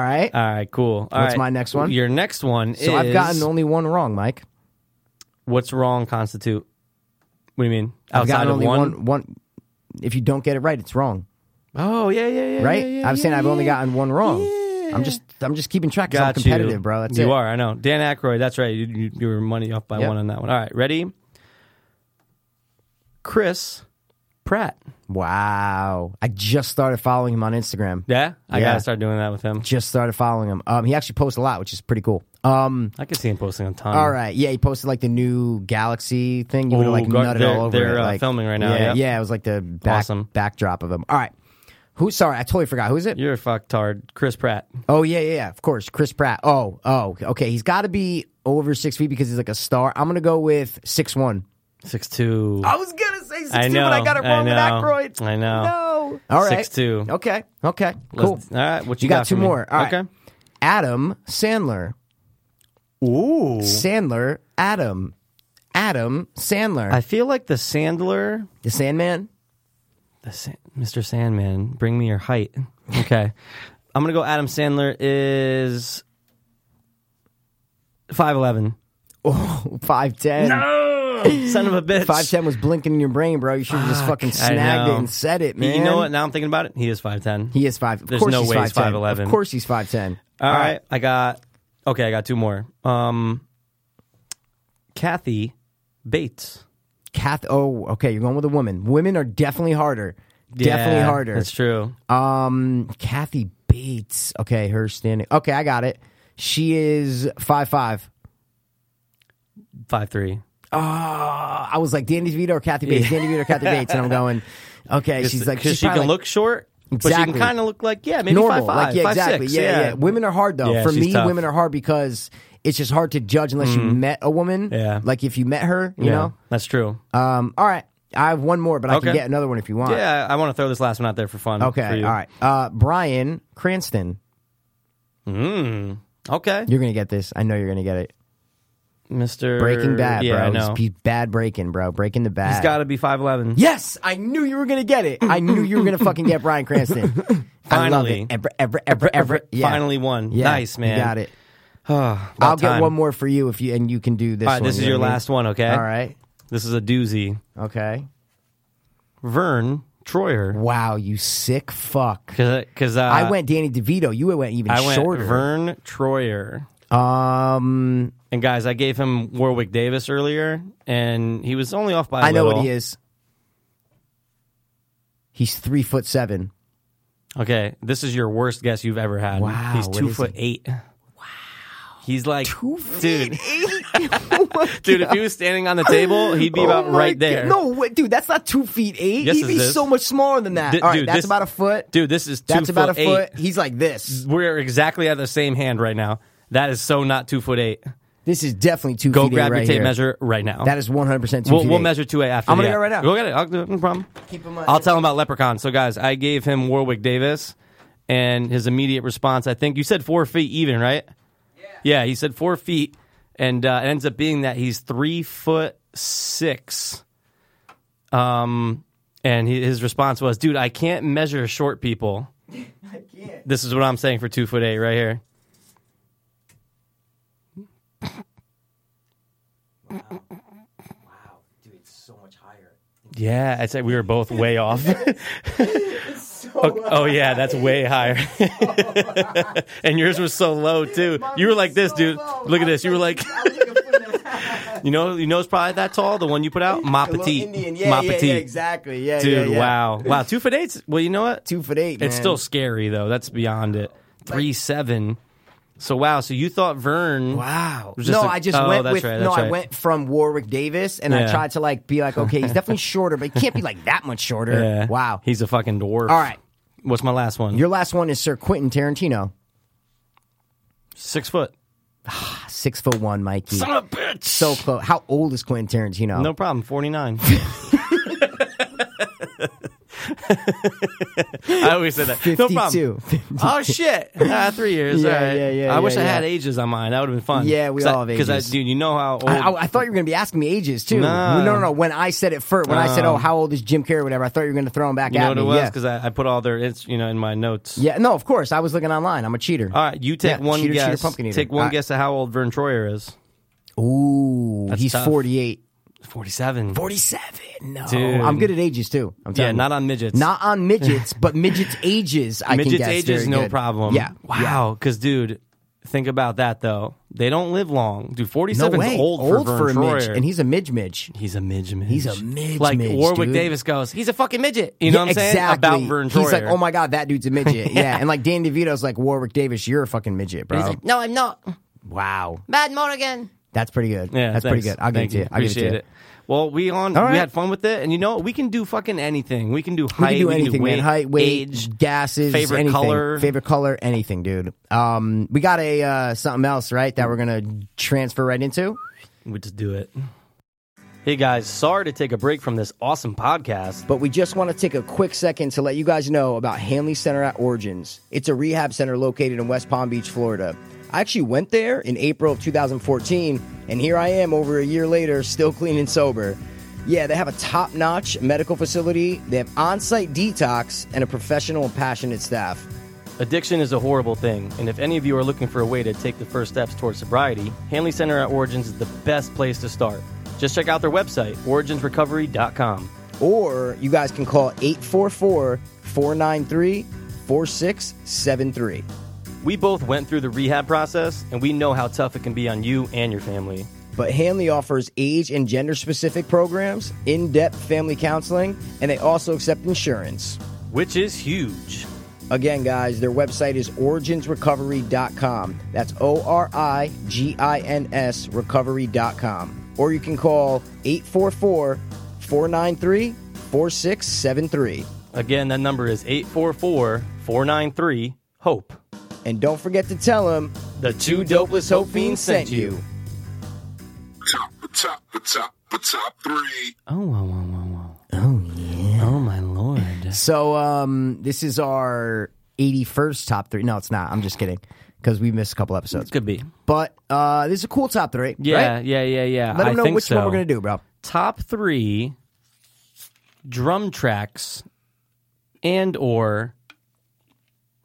right. All right, cool. All What's right. my next one? Your next one Uh, is. so, I've gotten only one wrong, Mike. What's wrong? Constitute. What do you mean? I've Outside gotten of only one? one. one- If you don't get it right, it's wrong. Oh yeah, yeah, yeah. Right? yeah, yeah, I'm saying yeah, I've only yeah. gotten one wrong. Yeah. I'm just I'm just keeping track. 'cause I'm Got competitive, you. bro. That's you it. are. I know. Dan Aykroyd. That's right. You, you, you were money off by Yep. one on that one. All right, ready? Chris Pratt. Wow. I just started following him on Instagram. Yeah, I Yeah. gotta start doing that with him. Just started following him. Um, he actually posts a lot, which is pretty cool. Um, I could see him posting a ton. all right, yeah, he posted like the new Galaxy thing. You would Ooh, have like go- nutted they're- all over they're, it. uh, Like, filming right now, Yeah, yep. yeah, it was like the back, Awesome. backdrop of him. All right, who? Sorry, I totally forgot. Who is it? you're a fucktard, Chris Pratt. Oh yeah, yeah, yeah, of course, Chris Pratt. Oh, oh, okay, he's got to be over six feet because he's like a star. I'm gonna go with six one. Six two. I was gonna say Oh, six I two, but I know, got it I wrong with know, Aykroyd. I know. No. All right. 6'2". Okay. Okay. Cool. All right, what you, You got two for me? more. All right. okay. Adam Sandler. Ooh. Sandler. Adam. Adam Sandler. I feel like the Sandler, the Sandman. the Sa- Mr. Sandman, bring me your height. Okay. I'm gonna go. Adam Sandler is five eleven. Oh, 5'10. Son of a bitch. 5'10 was blinking in your brain, bro. You should have just fucking snagged it know. and said it, man. You know what? Now I'm thinking about it. He is five ten. He is five. Of There's course no he's way he's 5'10. 5'11. Of course he's 5'10. All right. I got. Okay, I got two more. Um, Kathy Bates. Kath. Oh, okay. You're going with a woman. Women are definitely harder. definitely Yeah, harder. That's true. Um, Kathy Bates. Okay, her standing. Okay, I got it. She is five five. Five three. uh, I was like Danny DeVito or Kathy Bates. Danny DeVito or Kathy Bates, and I'm going. Okay, she's like because she's she can probably, like, look short, but she Exactly. can kind of look like yeah, maybe five normal. five, like yeah, five, exactly. six, yeah, yeah, Women are hard though. Yeah, For she's me, tough. Mm-hmm. women are hard because it's just hard to judge unless you met a woman. Yeah. like if you met her, you Yeah, know. that's true. Um, all right, I have one more, but I can Okay. get another one if you want. yeah, I, want to throw this last one out there for fun. Uh, Okay. for you. All right. Uh, Brian Cranston. Okay, You're gonna get this. I know you're gonna get it. Mister Breaking Bad, Yeah, bro. I He's- know. He's, bad breaking, bro. Breaking the bad. He's got to be five eleven. Yes, I knew you were gonna get it. I knew you were gonna fucking get Brian Cranston. I love Finally. it. Ever, ever, ever, ever. Yeah. Finally one. Yeah, Nice you man. got it. I'll time. get one more for you if you and you can do this. All right, one, this you is know your what I mean? last one, okay? All right. This is a doozy. Okay. Vern Troyer. Wow, you sick fuck. Because uh, I went Danny DeVito. You went even I went shorter. Vern Troyer. um, And guys, I gave him Warwick Davis earlier, and he was only off by. I I know what he is. He's three foot seven. Okay, this is your worst guess you've ever had. Wow, he's what two is foot eight. Wow, he's like two dude, Dude, dude. If he was standing on the table, he'd Oh be about right there. No, wait, dude, that's not two feet eight. Yes, He'd it be is. so much smaller than that. Di- All right, dude, that's this- about a foot. dude, this is two that's foot about a eight. foot. He's like this. We're exactly at the same hand right now. That is so not two foot eight. This is definitely two Go feet grab eight your right tape here. measure right now. That is one hundred percent two We'll, feet. we'll eight. measure 2A after I'm gonna the- go right now. Go get it. I'll, do it, no problem. Keep in mind- I'll tell him about Leprechaun. So, guys, I gave him Warwick Davis, and his immediate response, I think you said four feet even, right? Yeah. Yeah, he said four feet, and uh, it ends up being that he's three foot six. Um, and he, his response was, dude, I can't measure short people. I can't. This is what I'm saying for two foot eight right here. Dude, it's so much higher. Yeah, I said we were both way off. oh, oh, yeah, that's way higher. and yours was so low too. you were like this, dude. Look at this. You were like, you know, you know, it's probably that tall. The one you put out, ma petite, ma petite. exactly. Yeah, Dude, wow, wow, two foot eight. Well, you know what? Two foot eight. It's still scary though. That's beyond it. Three seven. So wow. So you thought Vern? Wow. was no, a- I just oh, went that's with right, no. that's I right. went from Warwick Davis, and Yeah. I tried to like be like, okay, he's definitely shorter, but he can't be like that much shorter. Yeah. Wow. He's a fucking dwarf. All right. What's my last one? Your last one is Sir Quentin Tarantino, six foot. six foot one, Mikey. Son of a bitch. so close. How old is Quentin Tarantino? No problem. Forty nine. I always say that. No problem. 52. Oh shit! Ah, three years. Yeah, All right. yeah, yeah, I wish yeah, I had yeah. ages on mine. That would have been fun. Yeah, we Cause I- all have I, ages. dude, you know how old. I, I- I thought you were going to be asking me ages too. Nah. No, no, no. When I said it first, when I said, Um, "Oh, how old is Jim Carrey?" or Whatever, I thought you were going to throw him back you at know what me. it was yeah. because I, I put all their ins- you know in my notes. yeah, no, of course. I was looking online. I'm a cheater. All right, you take Yeah, one cheater, cheater, guess. pumpkin eater. take one All right. guess at how old Vern Troyer is. Ooh, he's tough. 48. Forty seven. 47. No. Dude. I'm good at ages too. I'm Yeah, telling not you. on midgets. not on midgets, but midgets ages I can midgets guess ages very no good. problem. Yeah. Wow. Because dude, think about that though. They don't live long. Dude, forty No seven way. old, for, a Vern midge, Troyer. and he's a midge midge. He's a midge. midge. He's a midge, Like midge, Warwick dude. Davis goes, he's a fucking midget. You know Yeah, what I'm saying? exactly. About Vern Troyer. He's like, oh my god, that dude's a midget. yeah. and like Danny DeVito's like Warwick Davis, you're a fucking midget, bro. no, I'm not. wow, Bad Morgan. that's pretty good. Yeah, that's pretty thanks. good. I'll give Thank it to you. I'll give it to Appreciate you. it. Well, we on. All right. We had fun with it, and you know what? we can do fucking anything. We can do We height. can do anything, weight, man. Height, weight, age. gases, favorite anything. color. favorite color, anything, dude. Um, we got a uh, something else, right? That we're gonna transfer right into. We just do it. Hey guys, sorry to take a break from this awesome podcast. But we just want to take a quick second to let you guys know about Hanley Center at Origins. It's a rehab center located in West Palm Beach, Florida. I actually went there in April of 2014, and here I am over a year later, still clean and sober. Yeah, they have a top notch medical facility, they have on site detox, and a professional and passionate staff. Addiction is a horrible thing, and if any of you are looking for a way to take the first steps towards sobriety, Hanley Center at Origins is the best place to start. Just check out their website, originsrecovery.com. Or you guys can call 844 493 4673. We both went through the rehab process, and we know how tough it can be on you and your family. But Hanley offers age and gender specific programs, in depth family counseling, and they also accept insurance. which is huge. Again, guys, their website is originsrecovery.com. That's O R I G I N S recovery.com. Or you can call 844 493 4673. Again, that number is 844 493 HOPE. And don't forget to tell them E. The two dopeless Hope E Fiends sent you. top, the top, the top, the top three. Oh, wow, wow, wow, wow. Oh, yeah. Oh, my Lord. So um, this is our 81st top three. No, it's not. I'm just kidding because we missed a couple episodes. Could be. But uh, this is a cool top three. Yeah, Right? yeah, yeah, yeah. Let them I know think which so. one we're going to do, bro. Top three drum tracks and or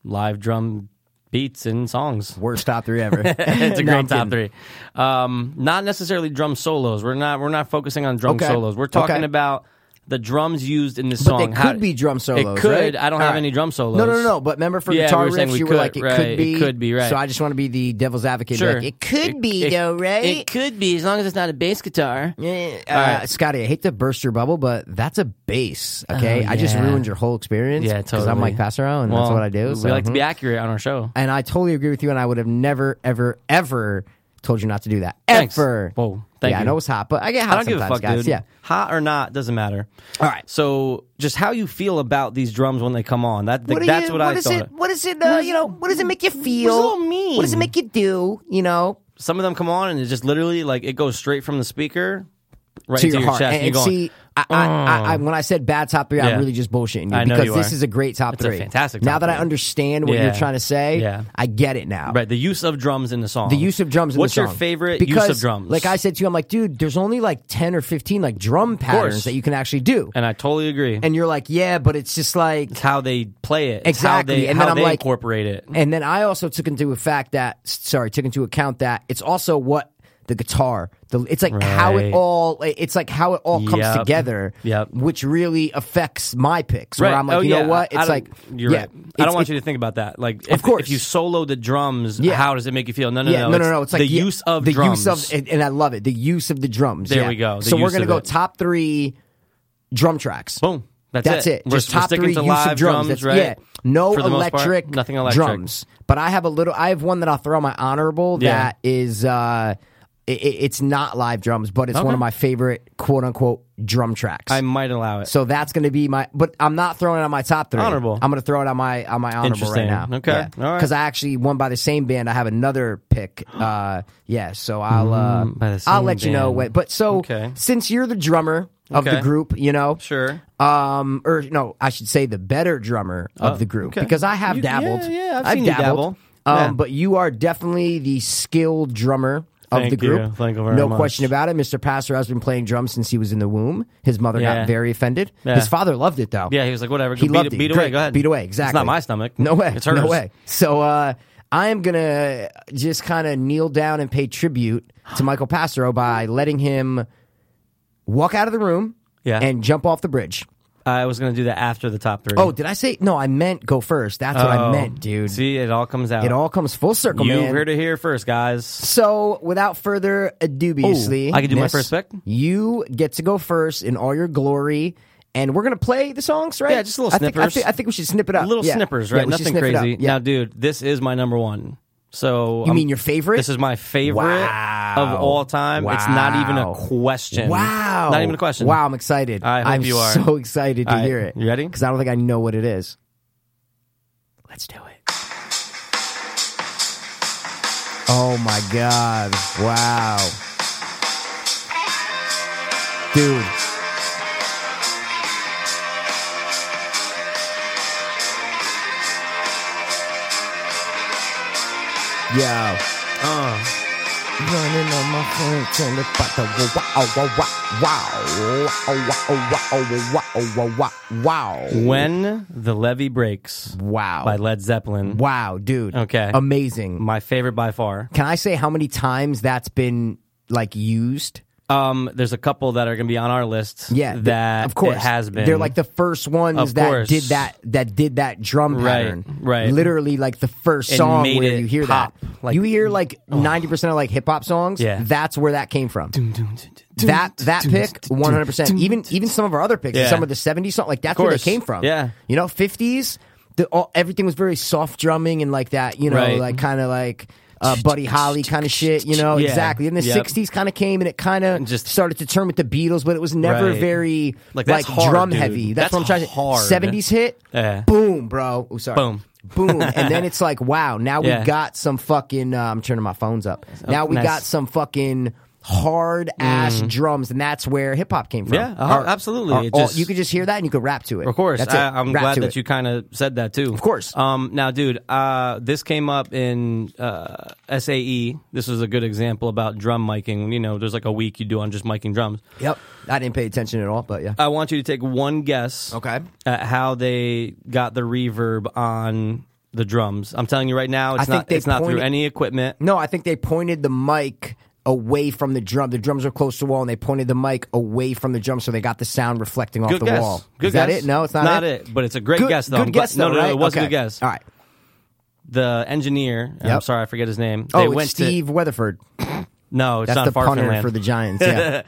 live drum beats and songs. Worst top three ever. it's a No, I'm great top kidding. three. Um, not necessarily drum solos. We're not we're not focusing on drum Okay. solos. We're talking Okay. about the drums used in this But song. they How- could be drum solos. It could. right? I don't All have right. any drum solos. No, no, no, no. But remember for Yeah, we guitar were saying riffs, we you were could, like, it right, could be. it could be, right. So I just want to be the devil's advocate. Sure. Like, it could be, it- though, right? It could be as long as it's not a bass guitar. Yeah, uh, right. Oh, Scotty, I hate to burst your bubble, but that's a base. Okay, I just yeah. ruined your whole experience. Yeah, totally. I'm like Passero, and that's Well, what I do. We so- like to be mhm. accurate on our show. and I totally agree with you. And I would have never, ever, ever told you not to do that. Thanks. Ever. Whoa, thank yeah, I you. know it's hot, but I get hot I don't give sometimes, a fuck, guys. dude. Yeah. Hot or not doesn't matter. All right. So just how you feel about these drums when they come on. That do that's you- what, I is thought. It, what is it? Uh, you know, what does it make you feel? does it all mean? What does it make you do? You know, Some of them come on and it's just literally like it goes straight from the speaker right to into your heart. chest. And, you're and going, "Oh." see, I, I, I, I, when I said bad top three, Yeah. I'm really just bullshitting you I know because you this are. is a great top It's a three. fantastic Now top that I three. understand what Yeah. you're trying to say, Yeah. I get it now. right the use of drums in the song. The use of drums. In What's the your song. favorite because, use of drums? Like I said to you, I'm like, dude, there's only like ten or fifteen like drum patterns that you can actually do, and I totally agree. and you're like, yeah, but it's just like it's how they play it. It's Exactly. How they, And how then I'm they like- incorporate it. And then I also took into a fact that sorry, took into account that it's also what the guitar, the it's like how it Right. all it's like how it all comes Yep. together, Yep. which really affects my picks. Where Right. I'm like, oh, you yeah. know what? I It's don't- like you're yeah, right. I it's- don't want it- you to think about that. Like, if, course. if you solo the drums, Yeah. how does it make you feel? No, no, yeah, no, no, no, no. It's like the yeah, use of the drums. use of, and, and I love it. The use of the drums. There yeah. we go, the So we're use gonna of go it. top three drum tracks. Boom. That's, That's it. We're, Just we're top sticking three to use live of drums. drums That's right? yeah. No For the most part, electric, nothing electric. drums. But I have a little. I have one that I'll throw on my honorable. Yeah. That is, uh, it, it's not live drums, but it's one Okay. of my favorite quote unquote drum tracks. I might allow it. so that's going to be my. But I'm not throwing it on my top three. Honorable. I'm going to throw it on my on my honorable right Interesting. now. Okay. All right. Because I actually won by the same band. I have another pick. Uh, yeah. So I'll uh, Mm, by the I'll same let you know band. when. But so Okay. since you're the drummer of Okay. the group, you know, sure. um, or no, I should say the better drummer of the group Oh, okay. because I have You- dabbled. yeah, yeah, I've I've seen you dabbled. dabble. Um, Yeah. but you are definitely the skilled drummer of Thank the group. you. Thank you very no much. question about it. Mr. Pastor has been playing drums since he was in the womb. His mother Yeah. got very offended. Yeah. His father loved it though. Yeah, he was like, whatever. He go beat, loved it- it. beat away. Great. Go ahead. Beat away. Exactly. It's not my stomach. No way. It's hers. No way. So uh, I am gonna just kind of kneel down and pay tribute to Michael Pastero by letting him walk out of the room Yeah. and jump off the bridge. I was going to do that after the top three. Oh, did I say no? I meant go first. That's what I Oh. meant, dude. See, it all comes out. it all comes full circle, You man. heard it here first, guys. so, without further dubiously, Ooh, I can do my first pick? You get to go first in all your glory, and we're gonna play the songs, right? Yeah, just little I think- I snippers. thi- I think, we should snip it up. Little Yeah. snippers, Yeah, right? we should Nothing snip it up. crazy. Yeah. Now, dude, this is my number one. So you I'm- mean your favorite? This is my favorite Wow. of all time. It's not even a Wow. question. wow, Not even a question. Wow, I'm excited. I hope am you are. so excited to All right, hear it. you ready? Because I don't think I know what it is. Let's do it. Oh my god! Wow, dude. Yo. Uh, Running on my phone, turn the fuck up. Wow, wow, wow, wow, wow, wow, wow, wow, wow, wow, when the levee breaks wow, by wow, Led Zeppelin. wow, dude. Okay. amazing. My favorite by far. Can I say how many times that's been like used? Um, there's a couple that are going to be on our list. Yeah, th- that of course it has been. They're like the first ones Of that course. did that. That did that drum Right, pattern. right. Literally, like the first And song made where it you hear pop, that. like- you hear like ninety percent of like hip hop songs. Yeah. that's where that came from. that that pick 100 percent even even some of our other picks Yeah. some of the 70s song like that's where they course. came from Yeah. you know 50s the, all, everything was very soft drumming and like that you know Right. like kind of like uh, Buddy Holly kind of shit you know Yeah. exactly and the Yep. 60s kind of came and it kind of Just- just started to turn with the Beatles but it was never Right. very Like, like, that's hard, drum dude. heavy that's, That's what I'm trying to hard. 70s hit Yeah. boom bro oh sorry Boom. boom and then it's like wow now Yeah. Oh, we got some fucking uh, I'm turning my phones up now we nice. Mm. got some fucking hard ass drums, and that's where hip hop came from. Yeah, uh, absolutely. It all- just- you could just hear that and you could rap to it. Of course, that's it. I, I'm Rap glad to that it. you kind of said that too. Of course. Um, now, dude, uh, this came up in uh, SAE. This was a good example about drum miking. You know, there's like a week you do on just miking drums. Yep, I didn't pay attention at all, but yeah. I want you to take one guess Okay. at how they got the reverb on the drums. I'm telling you right now, I it's think not they it's not through pointed- any equipment. No, I think they pointed the mic away from the drum. The drums were close to the wall, and they pointed the mic away from the drum, so they got the sound reflecting off Good the guess. wall. Good Is that guess. it? No, it's not, Not it, but it's a great good, guess, though. Good I'm glad- guess though. no, no, no, right? it was a okay. good guess. All right. The engineer, I'm Yep. sorry, I forget his name. Oh, they it's went Steve Weatherford. to no, it's That's not the far punter from for the Giants. Yeah.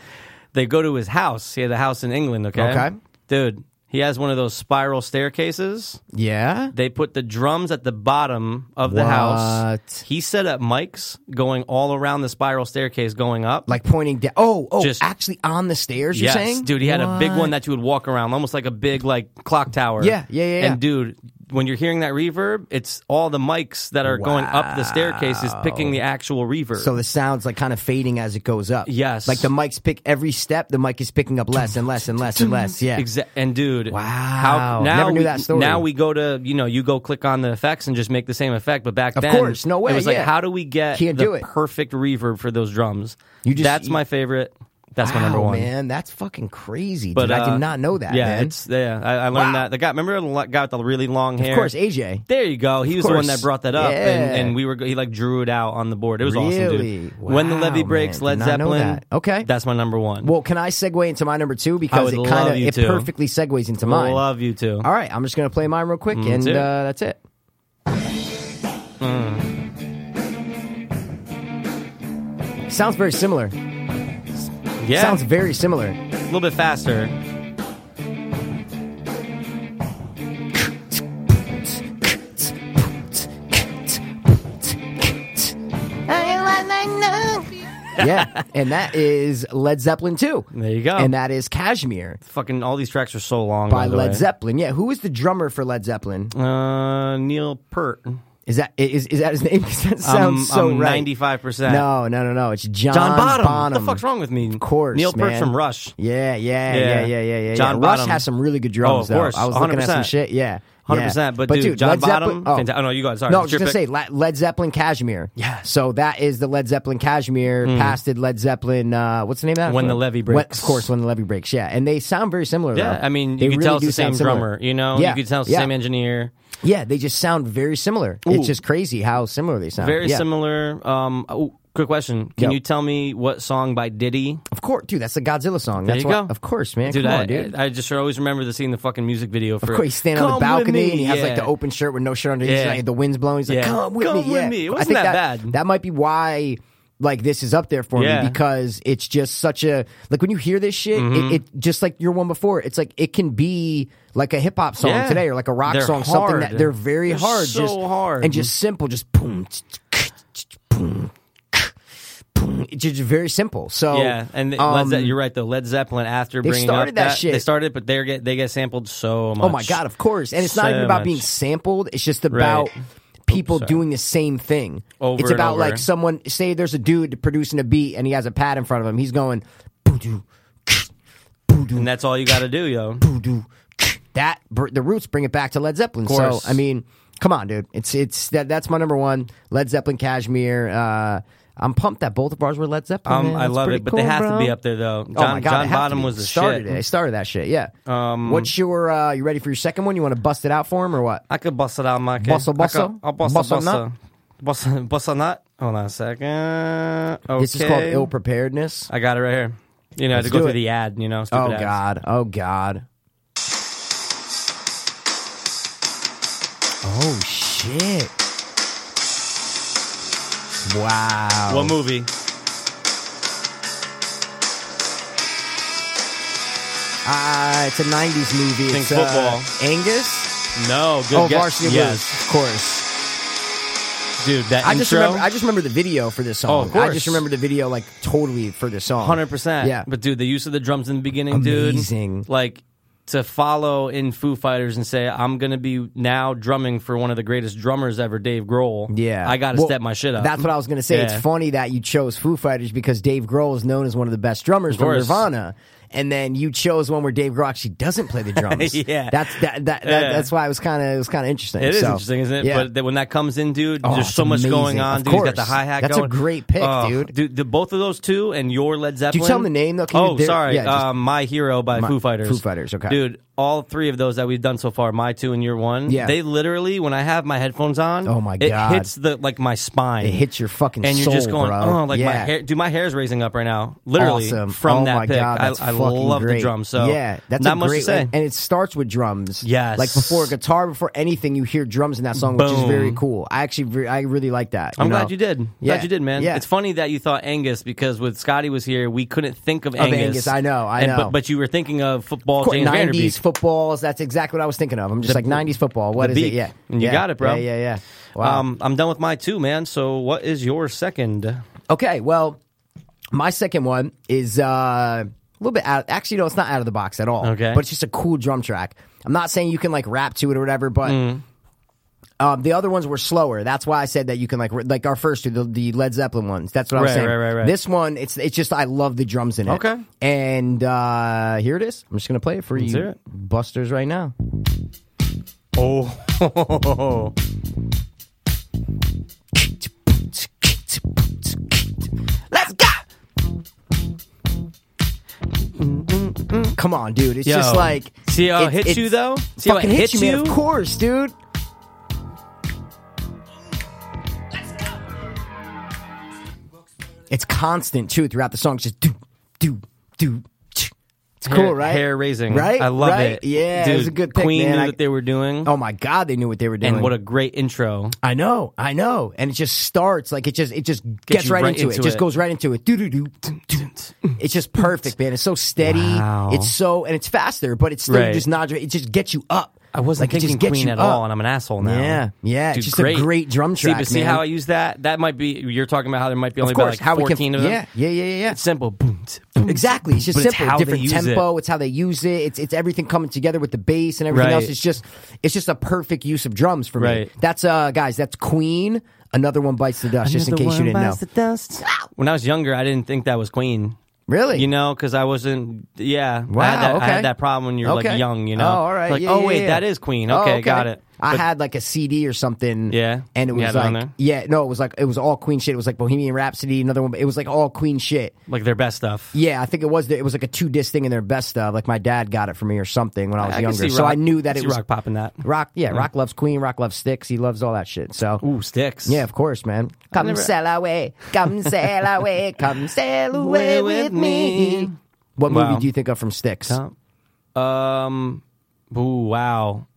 they go to his house. He had a house in England. Okay, Okay. dude, he has one of those spiral staircases. yeah. They put the drums at the bottom of the house. What? He set up mics going all around the spiral staircase going up. Like pointing down. Oh, oh, Just- actually on the stairs. You're yes, saying, dude, he had a big What? one that you would walk around, almost like a big like clock tower. Yeah, yeah, yeah, yeah. And dude, when you're hearing that reverb, it's all the mics that are going up the staircase is picking the actual reverb. So the sound's like kind of fading as it goes up. Yes. Like the mic's pick every step, the mic is picking up less and less and less and less. Yeah. Exa- and dude, Wow. How now Never knew we, that story. Now we go to you know you go click on the effects and just make the same effect. But back Of then, course, no way, It was like yeah. how do we get Can't the do it. perfect reverb for those drums? You just- that's my favorite. That's my number Wow, one. man. That's fucking crazy. But dude, I uh, did not know that. Yeah, man. it's yeah. I, I learned Wow. that the guy. Remember the guy with the really long hair? of course AJ. There you go. He was the one course. that brought that up, Yeah. and, and we were he like drew it out on the board. It was awesome, Really? dude. When the Wow, levee breaks, Led man. Did not know Zeppelin. that. Okay. that's my number one. Well, can I segue into my number two because would it love kind of you it to. perfectly segues into I mine. love you Mm, too. All right, I'm just gonna play mine real quick, and too. uh, that's it. Sounds very similar. Mm. yeah, Sounds very similar. a little bit faster. yeah, and that is Led Zeppelin too. There you go. And that is Cashmere fucking all these tracks are so long. by the Led way. Zeppelin. Yeah, who is the drummer for Led Zeppelin? Uh, Neil Peart. Is that is, is that his name? 'Cause that sounds so right. ninety-five percent. No, no, no, no. It's John, John Bottom. What the fuck's wrong with me? Of course, Neil Peart man. from Rush. Yeah, yeah, Yeah. yeah, yeah, yeah, yeah. yeah. John Rush Bonham. has some really good Oh, drums. of though. course. I was looking at some 100%. shit. Yeah, Hundred yeah. percent. But, dude, John Led Bottom. Zeppelin- oh. fanta- oh no, you got it. Sorry. No, I It's was your just gonna pick. say La- Led Zeppelin Cashmere. Yeah. So that is the Led Zeppelin Cashmere. Pasted Led Zeppelin. Uh, what's the name of that? Hmm. When the Levee When- Breaks. of course, when the levee breaks. Yeah, and they sound very similar. Yeah, though. I mean, They you could really tell it's do the same sound similar. drummer. You know, Yeah. you could tell it's the yeah. same engineer. Yeah, they just sound very similar. Ooh. It's just crazy how similar they sound. Very Yeah. similar. Um, oh, quick question. Can Yep. you tell me what song by Diddy? Of course, dude. That's the Godzilla song. There that's you go. why- Of course, man. Dude, Come I, on, dude. I just always remember the seeing the fucking music video for. Of course, he's standing "Come on the with balcony me," and he has like yeah. the open shirt with no shirt under. He's Yeah. like, the wind's blowing. He's like, Yeah. "Come with Come me, with yeah. me. It I wasn't think that bad. That might be why. Like this is up there for Yeah. me because it's just such a like when you hear this shit, Mm-hmm. it, it just like your one before. It's like it can be like a hip hop song Yeah. today or like a rock They're song, something hard. that they're very They're hard, so just hard. and just simple, just boom, t- t- boom, boom. It's just very simple. So Yeah, and the- Led um, Ze- you're right though. Led Zeppelin after they bringing started up that shit. they started, but they get they get sampled so much. Oh my god, of course. And it's not So even about much. being sampled, it's just about Right. people sorry. doing the same thing. Over it's and about over. like someone say there's a dude producing a beat and he has a pad in front of him. He's going boo-doo, and that's all you got to do, yo. boo-doo. That br- the roots bring it back to Led Zeppelin. So, course. I mean, come on, dude. It's it's that that's my number 1, Led Zeppelin Cashmere. Uh I'm pumped that both of ours were Led Zeppelin. Um, man. I That's love pretty it, but cool, they have bro. to be up there though. John, oh my God, John it has to Bottom be. was the started shit. It. I started that shit. Yeah. Um, What's your? Uh, you ready for your second one? You want to bust it out for him or what? I could bust it out, Mike. Bustle, I bustle? could, I'll bust Bustle a nut? Bust, a- bust a nut. Hold on a second. Okay. This is called ill preparedness. I got it right here. You know, I had Let's to go do through it. the ad. You know, Oh stupid ads. God! Oh God! Oh shit! Wow! What movie? Ah, it's a '90s movie. Think it's, uh, football. Angus. No, good oh, guess. Varsity yes, Blues, of course. dude. That I intro. just remember. I just remember the video for this Oh, song. of I just course. remember the video like totally for this song. Hundred percent. Yeah. But dude, the use of the drums in the beginning, Amazing. dude. Like to follow in Foo Fighters and say, I'm gonna be now drumming for one of the greatest drummers ever, Dave Grohl. Yeah, I gotta Well, step my shit up. That's what I was gonna say. Yeah. It's funny that you chose Foo Fighters because Dave Grohl is known as one of the best drummers from course. Nirvana, and then you chose one where Dave Grohl actually doesn't play the drums. Yeah. that's that, that, that Yeah. that's why it was kind of it was kind of interesting. It is So, interesting, isn't it? Yeah. But that when that comes in, dude, Oh, there's it's so much going amazing. on. Of dude, he's got the course. hi hat. That's a great pick, oh, dude. Dude, the, both of those two and your Led Zeppelin. you tell him the name, though? Can you- oh, they're- sorry. yeah, just- um, My Hero by My- Foo Fighters. Foo Fighters, okay. Dude, all three of those that we've done so far, my two and your one, Yeah. they literally when I have my headphones on, Oh my it God. hits the like my spine. It hits your fucking and you're soul, just going, bro. oh, like my Yeah. hair. Dude, my hair's raising up right now, literally awesome. from oh that my pick. God, that's I, I fucking love great. the drums. So yeah, that's not a much great, to say. And it starts with drums. Yes. like before guitar, before anything, you hear drums in that song, which is Boom. very cool. I actually, re- I really like that. I'm glad know? you did. Yeah, Glad you did, man. Yeah. It's funny that you thought Angus because when Scotty was here, we couldn't think of, Angus. Angus, I know, I And- know. But, but you were thinking of football, Course, James 90s Vanderbeek. footballs. That's exactly what I was thinking of. I'm just The- like 90s football. What the is beak. it? Yeah, And you Yeah. got it, bro. Yeah, yeah, yeah. Wow. Um, I'm done with my two, man. So what is your second? Okay, well, my second one is uh, a little bit out. Actually, no, it's not out of the box at all. Okay. but it's just a cool drum track. I'm not saying you can like rap to it or whatever, but. Mm. Um, the other ones were slower. That's why I said that you can like re- like our first two, the, the Led Zeppelin ones. That's what I was Right, saying. right, right, right. This one, it's it's just I love the drums in it. Okay. and uh, here it is. I'm just gonna play it for you, hear it. Busters, right now. Oh, Let's go. Come on, dude. It's Yo. just like See how it hits it's- you, though? See how it fucking hits hits you, man. you? Of course, dude. It's constant too throughout the song. It's just do do do. ch. It's cool, right? Hair raising, right? I love Right? it. Yeah, Dude, it was a good pick, Queen man. knew I- what they were doing, Oh my god, they knew what they were doing. and what a great intro. I know, I know, and it just starts like it just it just gets, you right, right into, it. into It just it. goes right into it. Do do do. It's just perfect, man. It's so steady. Wow. It's so and it's faster, but it's still Right. just not. It just gets you up. I wasn't like, it thinking just gets Queen you at up. all, and I'm an asshole now. Yeah, yeah, it's Dude, just a great drum See, track, but see man. how I use that? That might be you're talking about how there might be only of course, about like how we 14 can, of them. Yeah, yeah, yeah, yeah. yeah. It's simple. Boom, t- boom, Exactly. It's just but simple. It's how Different they use tempo. It. It's how they use it. It's it's everything coming together with the bass and everything Right. else. It's just it's just a perfect use of drums for me. Right. That's uh guys, that's Queen. Another one bites the dust, just in Another case one you didn't know. bites the dust. When I was younger, I didn't think that was Queen. Really? You know, because I wasn't. Yeah. Wow, I had that, I okay. had that problem when you're Okay. like young. You know. Oh, all right. Like, Yeah, oh yeah, wait, yeah. that is Queen. Oh, Okay, got it. I But- had like a CD or something. Yeah? and it You was had it like, on there? yeah, no, it was like it was all Queen shit. It was like Bohemian Rhapsody, another one. but It was like all Queen shit. like their best stuff. Yeah, I think it was. the- It was like a two disc thing in their best stuff. Like my dad got it for me or something when I was I can younger, see so rock, I knew that see it was rock popping that. Rock, yeah, Rock loves Queen. Rock loves Sticks. He loves all that shit. So Ooh, sticks. yeah, of course, man. Come never- sail away, come sail away, come sail away with me. What Wow. movie do you think of from Sticks? Um. Ooh, wow.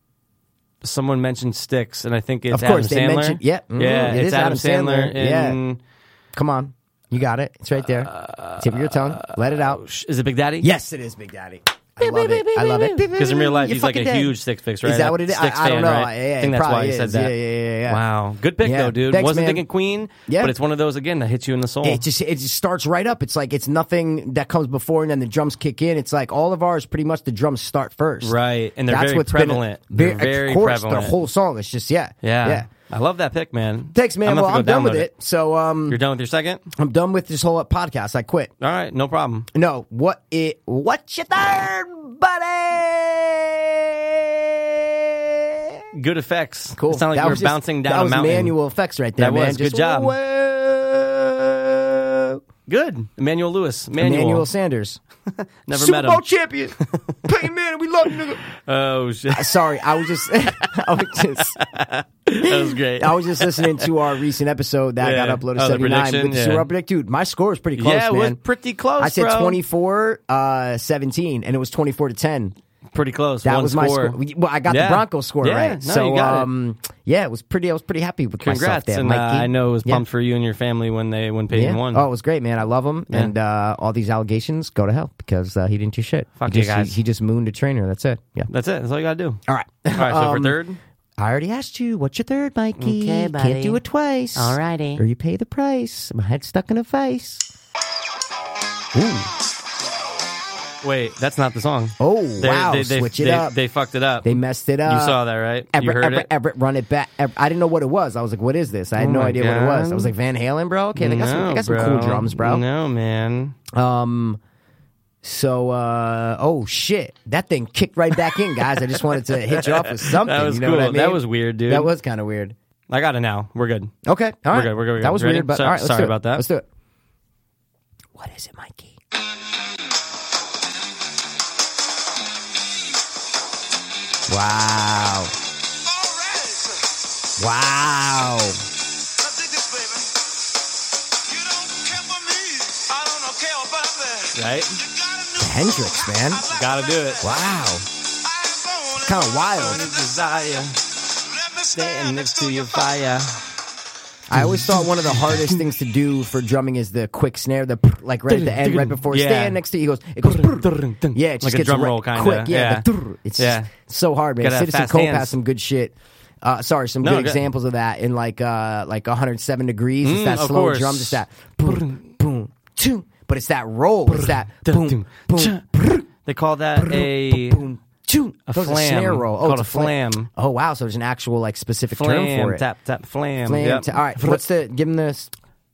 Someone mentioned sticks, and I think it's Of course, Adam they Sandler. mentioned- yeah, mhm, yeah, it it's is Adam, Adam Sandler. Sandler, yeah. in- Come on, you got it. It's right there. Tip of your tongue. Let it out. Is it Big Daddy? Yes, it is Big Daddy. I love it. I love it. Because in real life, You're he's like a fucking dead. huge Six Fix, right? Is that what it is? I- Sticks I don't fan, Right? know. Yeah, I it think that's why probably he said is. that. Yeah, yeah, yeah, yeah. Wow, good pick Yeah. though, dude. Thanks, Wasn't man. thinking Queen, Yeah. but it's one of those again that hits you in the soul. It just it just starts right up. It's like it's nothing that comes before, and then the drums kick in. It's like all of ours pretty much the drums start first, Right, and they're That's very what's prevalent. Been a, They're very of course, prevalent. the whole song. It's just yeah, yeah. yeah. I love that pick, man. Thanks, man. I'm gonna well, have to I'm go done with download it. So um, You're done with your second. I'm done with this whole podcast. I quit. All right, no problem. No, what it? What's your third, buddy? Good effects. Cool. It sounded like That you were was just- bouncing down that a was mountain. Manual effects right there. That man. was. Just Good job. whoa. Good. Emmanuel Lewis. Manuel. Emmanuel Sanders, Never Super met Bowl him. champion. Peyton Manning, we love you, nigga. Oh shit, Uh, Sorry, I was just, I was just, that was great. I was just listening to our recent episode that Yeah. got uploaded Oh, the seventy nine prediction, with the yeah. Super Bowl predict. Dude, my score is pretty close, yeah, it man. was pretty close. I said bro. 24 uh, 17, and it was 24 to 10. Pretty close. That One was score. my score. Well, I got Yeah. the Broncos score Yeah, right. no, so, you got it. um, yeah, it was pretty. I was pretty happy with myself Congrats, there, and uh, Mikey. I know it was Yeah. pumped for you and your family when they when Peyton Yeah. won. Oh, it was great, man. I love him, and uh, all these allegations go to hell because uh, he didn't do shit. Fuck he you just, guys. He, he just mooned a trainer. That's it. Yeah. that's it. That's all you gotta do. All right. All right. So for Um, third, I already asked you. What's your third, Mikey? Okay, Can't buddy. do it twice. Alrighty. Or you pay the price. My head's stuck in a vice. wait, that's not the song. Oh They- wow! they, they, Switch it they- up. They fucked it up. They messed it up. You saw that, right? you Everett, heard Everett, it. Everett, run it back. Everett- I didn't know what it was. I was like, "What is this?" I had Oh no my idea what it was. God. I was like, "Van Halen, bro." Okay, they got, some, they No, got some bro. cool drums, bro. No, man. Um, so, uh, oh shit, that thing kicked right back in, guys. I just wanted to hit you off with something. That was you know what I cool. That mean? was weird, dude. That was kind of weird. I got it now. We're good. Okay, all right, good, we're good, we're good. That was Ready? weird, but So- all right, let's sorry do it. about that. Let's do it. What is it, Mikey? Wow. Wow. Right? Hendrix, man. Gotta do it. Wow. Kind of wild. Desire, stand next to your fire. I always thought one of the hardest things to do for drumming is the quick snare, the like right at the end, right before Yeah. stand next to it goes. It goes yeah, it like just gets a drum right- roll kind quick. of. Yeah, the thrrr. it's Yeah. just so hard, man. Gotta have Citizen fast Cole hands. has some good shit. Uh, sorry, some No, good good. examples of that in like uh, like 107 degrees. It's Mm, that of slow course. drum, just that boom, boom, two. But it's that roll. It's that boom, boom, They call that a boom, two. a Those are snare flam. roll. Called it's a flam. Oh wow, so there's an actual like specific term for flam. it. Tap tap flam. Flam. Yep. ta- all right, what's the give him this?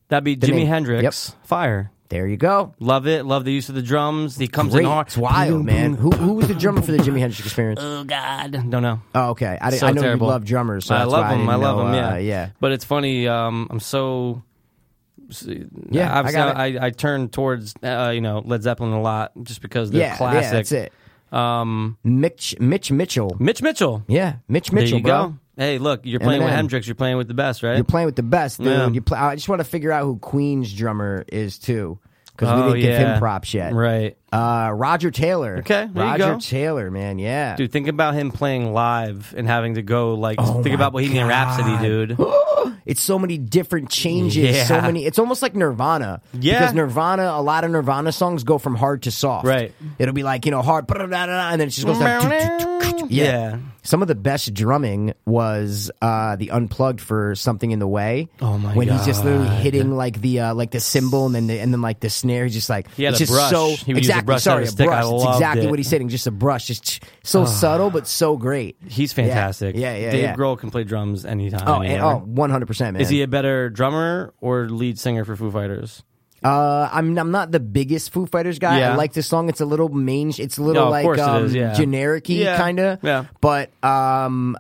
That'd be name. Jimi Hendrix. Fire. There you go. Love it. Love the use of the drums. He comes Great. in hard. It's wild, man. Who, who was the drummer for the Jimi Hendrix Experience? Oh God. Don't know. Oh, okay. I, didn't, so I know terrible. you love drummers. So I that's love why I them. didn't I, love know, them. Yeah, uh, yeah. But it's funny. Um, I'm so. Yeah, I obviously, got I, I, turn towards uh, you know Led Zeppelin a lot just because they're yeah, classic. yeah, that's it. Um, Mitch, Mitch Mitchell. Mitch Mitchell. Yeah, Mitch There Mitchell, you bro. go. Hey, look, you're playing with Eminem. Hendrix. You're playing with the best, right? You're playing with the best, dude. Yeah. You play, I just want to figure out who Queen's drummer is too, because we Oh, didn't give yeah. him props yet. Right, Uh, Roger Taylor. Okay, there you Roger go. Taylor, man. Yeah, dude. Think about him playing live and having to go like. Oh think my about Bohemian Rhapsody, dude. it's so many different changes. So Yeah. many. It's almost like Nirvana. Yeah. Because Nirvana, a lot of Nirvana songs go from hard to soft. Right. It'll be like you know hard, blah, blah, blah, blah, and then it just goes down. Yeah. Some of the best drumming was uh, the unplugged for something in the way. Oh my When he's just literally God. hitting like the uh, like the cymbal and then the, and then like the snare. He's just like He had it's a just brush. so He would use a exactly brush, not sorry a a stick. I brush. It's loved exactly it. Ah. what he's hitting. Just a brush. Just so subtle but so great. He's fantastic. Yeah, yeah, yeah. Dave yeah. Grohl can play drums anytime. Oh, and, anywhere. oh, 100%, man. Is he a better drummer or lead singer for Foo Fighters? Uh, I'm I'm not the biggest Foo Fighters guy. I Yeah. like this song. It's a little main. It's a little No, of like course it um, is, yeah. generic-y Yeah, kind of. yeah. But um,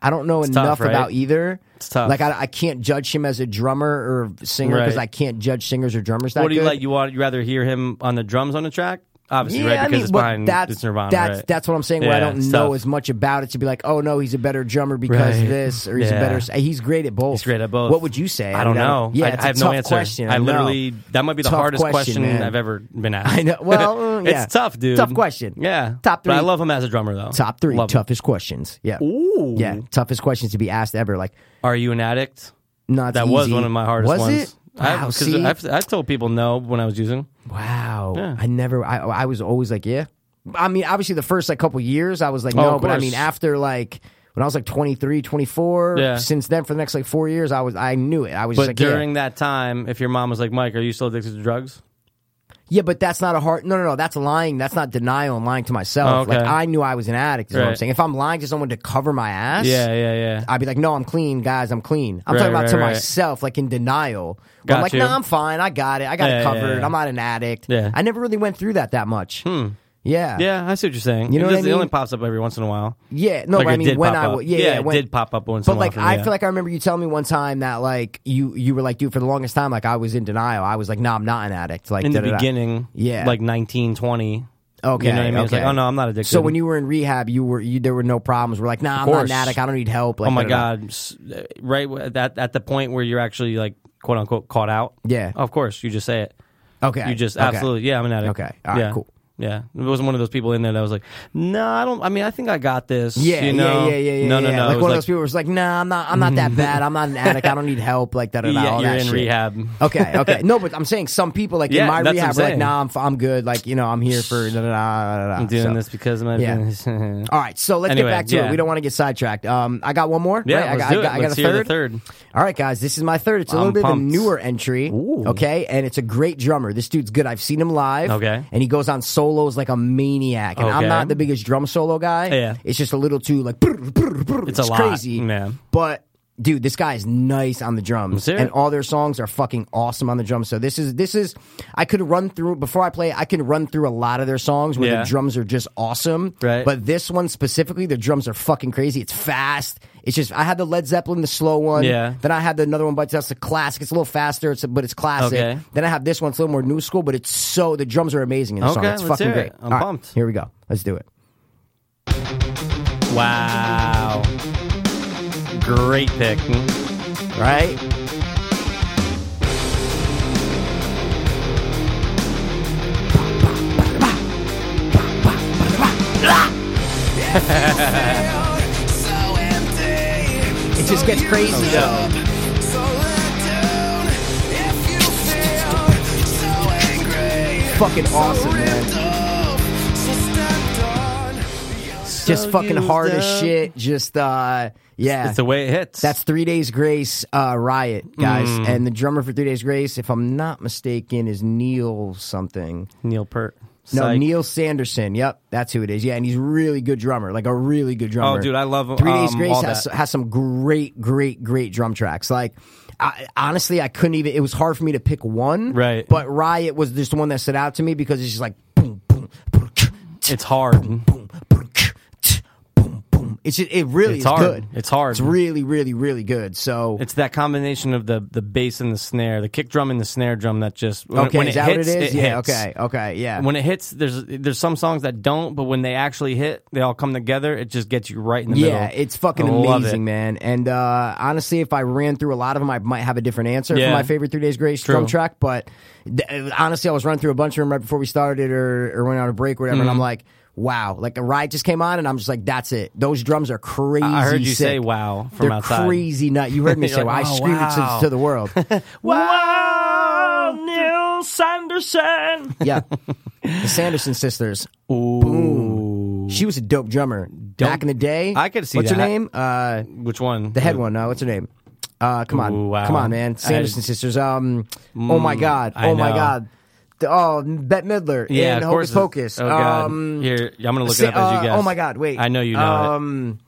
I don't know tough, enough right? about either. It's tough. Like I, I can't judge him as a drummer or singer because Right. I can't judge singers or drummers. That what do you good. like? You want you rather hear him on the drums on the track? Obviously, Yeah, right? Because I mean, it's but behind that's it's Nirvana. that's right? that's what I'm saying. where I Yeah, don't it's know tough. as much about it to be like, oh no, he's a better drummer because Right. this, or he's a Yeah. better. s- He's great at both. He's great at both. What would you say? I don't mean, know. Yeah, I, I it's a have tough no answer. Question. I know. literally that might be the Tough hardest question, question, man. I've ever been asked. I know. Well, mm, yeah. it's tough, dude. Tough question. Yeah, Top But I three. love him as a drummer, though. Top three Love him. toughest questions. Yeah. Ooh. Yeah. Toughest questions to be asked ever. Like, Are you an addict? not That was one of my hardest was ones. It? I, Wow. 'cause see? I've, I've told people no when I was using. wow. Yeah. I never, I, I was always like, yeah. I mean, obviously, the first like couple years, I was like, Oh, no. of But I course. mean, after like, when I was like 23, 24, Yeah. since then, for the next like four years, I was, I knew it. I was But just like, yeah. during that time, if your mom was like, "Mike, are you still addicted to drugs?" Yeah, but that's not a hard. No, no, no. That's lying. That's not denial and lying to myself. Oh, okay. Like I knew I was an addict. Is what I'm Right. saying. If I'm lying to someone to cover my ass, Yeah, yeah, yeah. I'd be like, no, I'm clean, guys, I'm clean. I'm Right, talking about right, to right. myself, like in denial. Where Got I'm like, you. no, I'm fine. I got it. I got Yeah, yeah, it covered. yeah. I'm not an addict. Yeah. Hmm. I never really went through that that much. Yeah. yeah, I see what you're saying. You it, know what I just- it only mean? pops up every once in a while. Yeah. No, Like, but I it mean, did when pop I up. wa- yeah, Yeah, yeah, it when- did pop up once But in a while like, for me, I yeah. feel like I remember you telling me one time that like you you were like, dude, for the longest time, like I was in denial. I was like, no, I'm not an addict. Like in the da-da-da. beginning, Yeah. like 19, 20. Okay, you know what I mean? It's like, okay. oh no, I'm not addicted. So when you were in rehab, you were you, there were no problems. We're like, nah, I'm not an course. addict. I don't need help. Like, oh my da-da-da. god, s- right w- at that at the point where you're actually like quote unquote caught out. Yeah. of course you just say it. Okay. Oh, You just Okay. absolutely yeah, I'm an addict. Okay. All right, yeah. cool. Yeah, it wasn't one of those people in there that was like, no, I don't. I mean, I think I got this. Yeah, you know? yeah, yeah, yeah, yeah. No, no, yeah. no. it Like was one of those people was like, "Nah, I'm not. I'm not that bad. I'm not an addict. I don't need help." Like that. Yeah, all you're that in shit. rehab. Okay, okay. No, but I'm saying some people like in Yeah, my that's what rehab I'm were like, saying. "Nah, I'm f- I'm good. Like you know, I'm here for da da da da da." I'm doing so. this because my. Yeah. All right, so let's Anyway, get back to yeah. it. We don't want to get sidetracked. Um, I got one more. Yeah, right? I let's got, do I got, it. I got Let's a hear the third. third. All right, guys, this is my third. It's a I'm little bit of pumped. a newer entry. Ooh. Okay, and it's a great drummer. This dude's good. I've seen him live. Okay. and he goes on solos like a maniac. And I'm Okay. not the biggest drum solo guy. Yeah. it's just a little too like. brr, brr, brr. It's It's, a lot, crazy, yeah. But dude, this guy is nice on the drums, serious. and all their songs are fucking awesome on the drums. So this is this is I could run through before I play. I can run through a lot of their songs where Yeah. the drums are just awesome. Right. But this one specifically, the drums are fucking crazy. It's fast. It's just I had the Led Zeppelin, the slow one. Yeah. Then I had the another one, but that's a classic. It's a little faster, it's but it's classic. Okay. Then I have this one, it's a little more new school, but it's so the drums are amazing in the song. Okay, It's let's fucking hear great. it. I'm All right, pumped. here we go. Let's do it. Wow. Great pick. right? It just gets Oh, crazy though. Fucking awesome, man. Just fucking hard as shit. Just uh, yeah. It's the way it hits. That's Three Days Grace uh, Riot, guys. Mm. And the drummer for Three Days Grace, if I'm not mistaken, is Neil something. Neil Pert. No, Psych. Neil Sanderson. Yep, that's who it is. Yeah, and he's a really good drummer, like a really good drummer. Oh, dude, I love, Three Days um, Grace all has, that. has some great, great, great drum tracks. Like, I, honestly, I couldn't even. It was hard for me to pick one. Right. But Riot was just the one that stood out to me because it's just like boom, boom, boom, It's hard. boom, boom, boom, boom. It's just, it really It's is hard. good. It's hard. It's really, really, really good. So It's that combination of the the bass and the snare, the kick drum and the snare drum that just when, Okay, when is it that hits, what it is? yeah. hits. Okay. Okay. Yeah. When it hits, there's there's some songs that don't, but when they actually hit, they all come together. It just gets you right in the middle. yeah, it's fucking I love amazing, it. man. And uh, honestly, if I ran through a lot of them, I might have a different answer Yeah. for my favorite Three Days Grace drum True. track. But th- honestly, I was running through a bunch of them right before we started or, or went on a break or whatever, Mm-hmm. and I'm like, wow, like a ride just came on, and I'm just like, that's it. Those drums are crazy. I heard you sick. say "wow" from They're outside. crazy nut. You heard me You're say, like, "Wow." I "Oh, screamed it wow." to, to the world. Wow, Neil Sanderson. yeah, the Sanderson sisters. Ooh, She was a dope drummer back in the day. I could see what's that. her name. Uh, which one? The head one. Uh, what's her name? Uh, come on, Ooh, wow. come on, man. Sanderson I- Mm, sisters. Um, oh my god. I Oh my know. god. The- oh, Bette Midler. Yeah, in of course. Hocus Pocus. Oh god, Um, here I'm gonna look Sa- it up as you uh, guys. oh my god. Wait. I know you know um,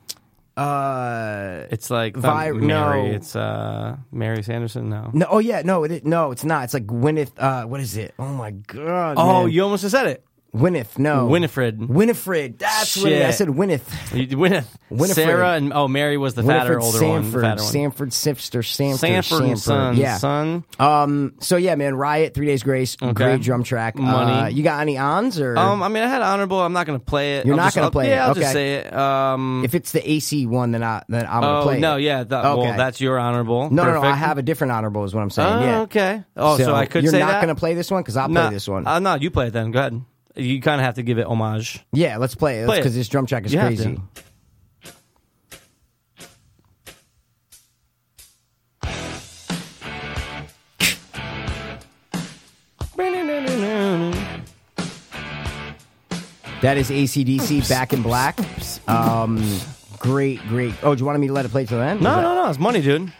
Uh, it. It's like Vi- not Mary. no. It's uh, Mary Sanderson. No. no. Oh yeah. No. It, is- no. It's not. It's like Gwyneth. Uh, what is it? Oh my god. Oh, man. you almost just said it. Gwyneth. No. Winifred. Winifred. That's what it, I Shit. said. Gwyneth. You- Gwyneth, Winifred. Sarah, and oh, Mary was the fatter Winifred older one. the Sanford. fatter one. Sanford sister. Sanford. Sanford and Son. Yeah. Son. Um. So yeah, man. Riot, Three Days Grace, great drum track. Money. Uh, you got any ons or Um, I mean, I had honorable. I'm not going to play it. You're I'll not just- gonna I'll- play it, Yeah, I'll just okay. say it. Um, if it's the AC one, then I then I'm gonna oh play. no, it. yeah. That, Okay. Well, that's your honorable. No, no, no. I Perfect. have a different honorable. Is what I'm saying. Oh, yeah. okay. Oh, so, I could you're say not that? gonna play this one because I'll No, play this one. Uh, no, you play it then. Go ahead. You kind of have to give it homage. yeah, let's play it play it. because this drum track is You have crazy. to. That is ACDC Back in Black. Um, great, great. Oh, do you want me to let it play till then? No, no, no. It's money, dude.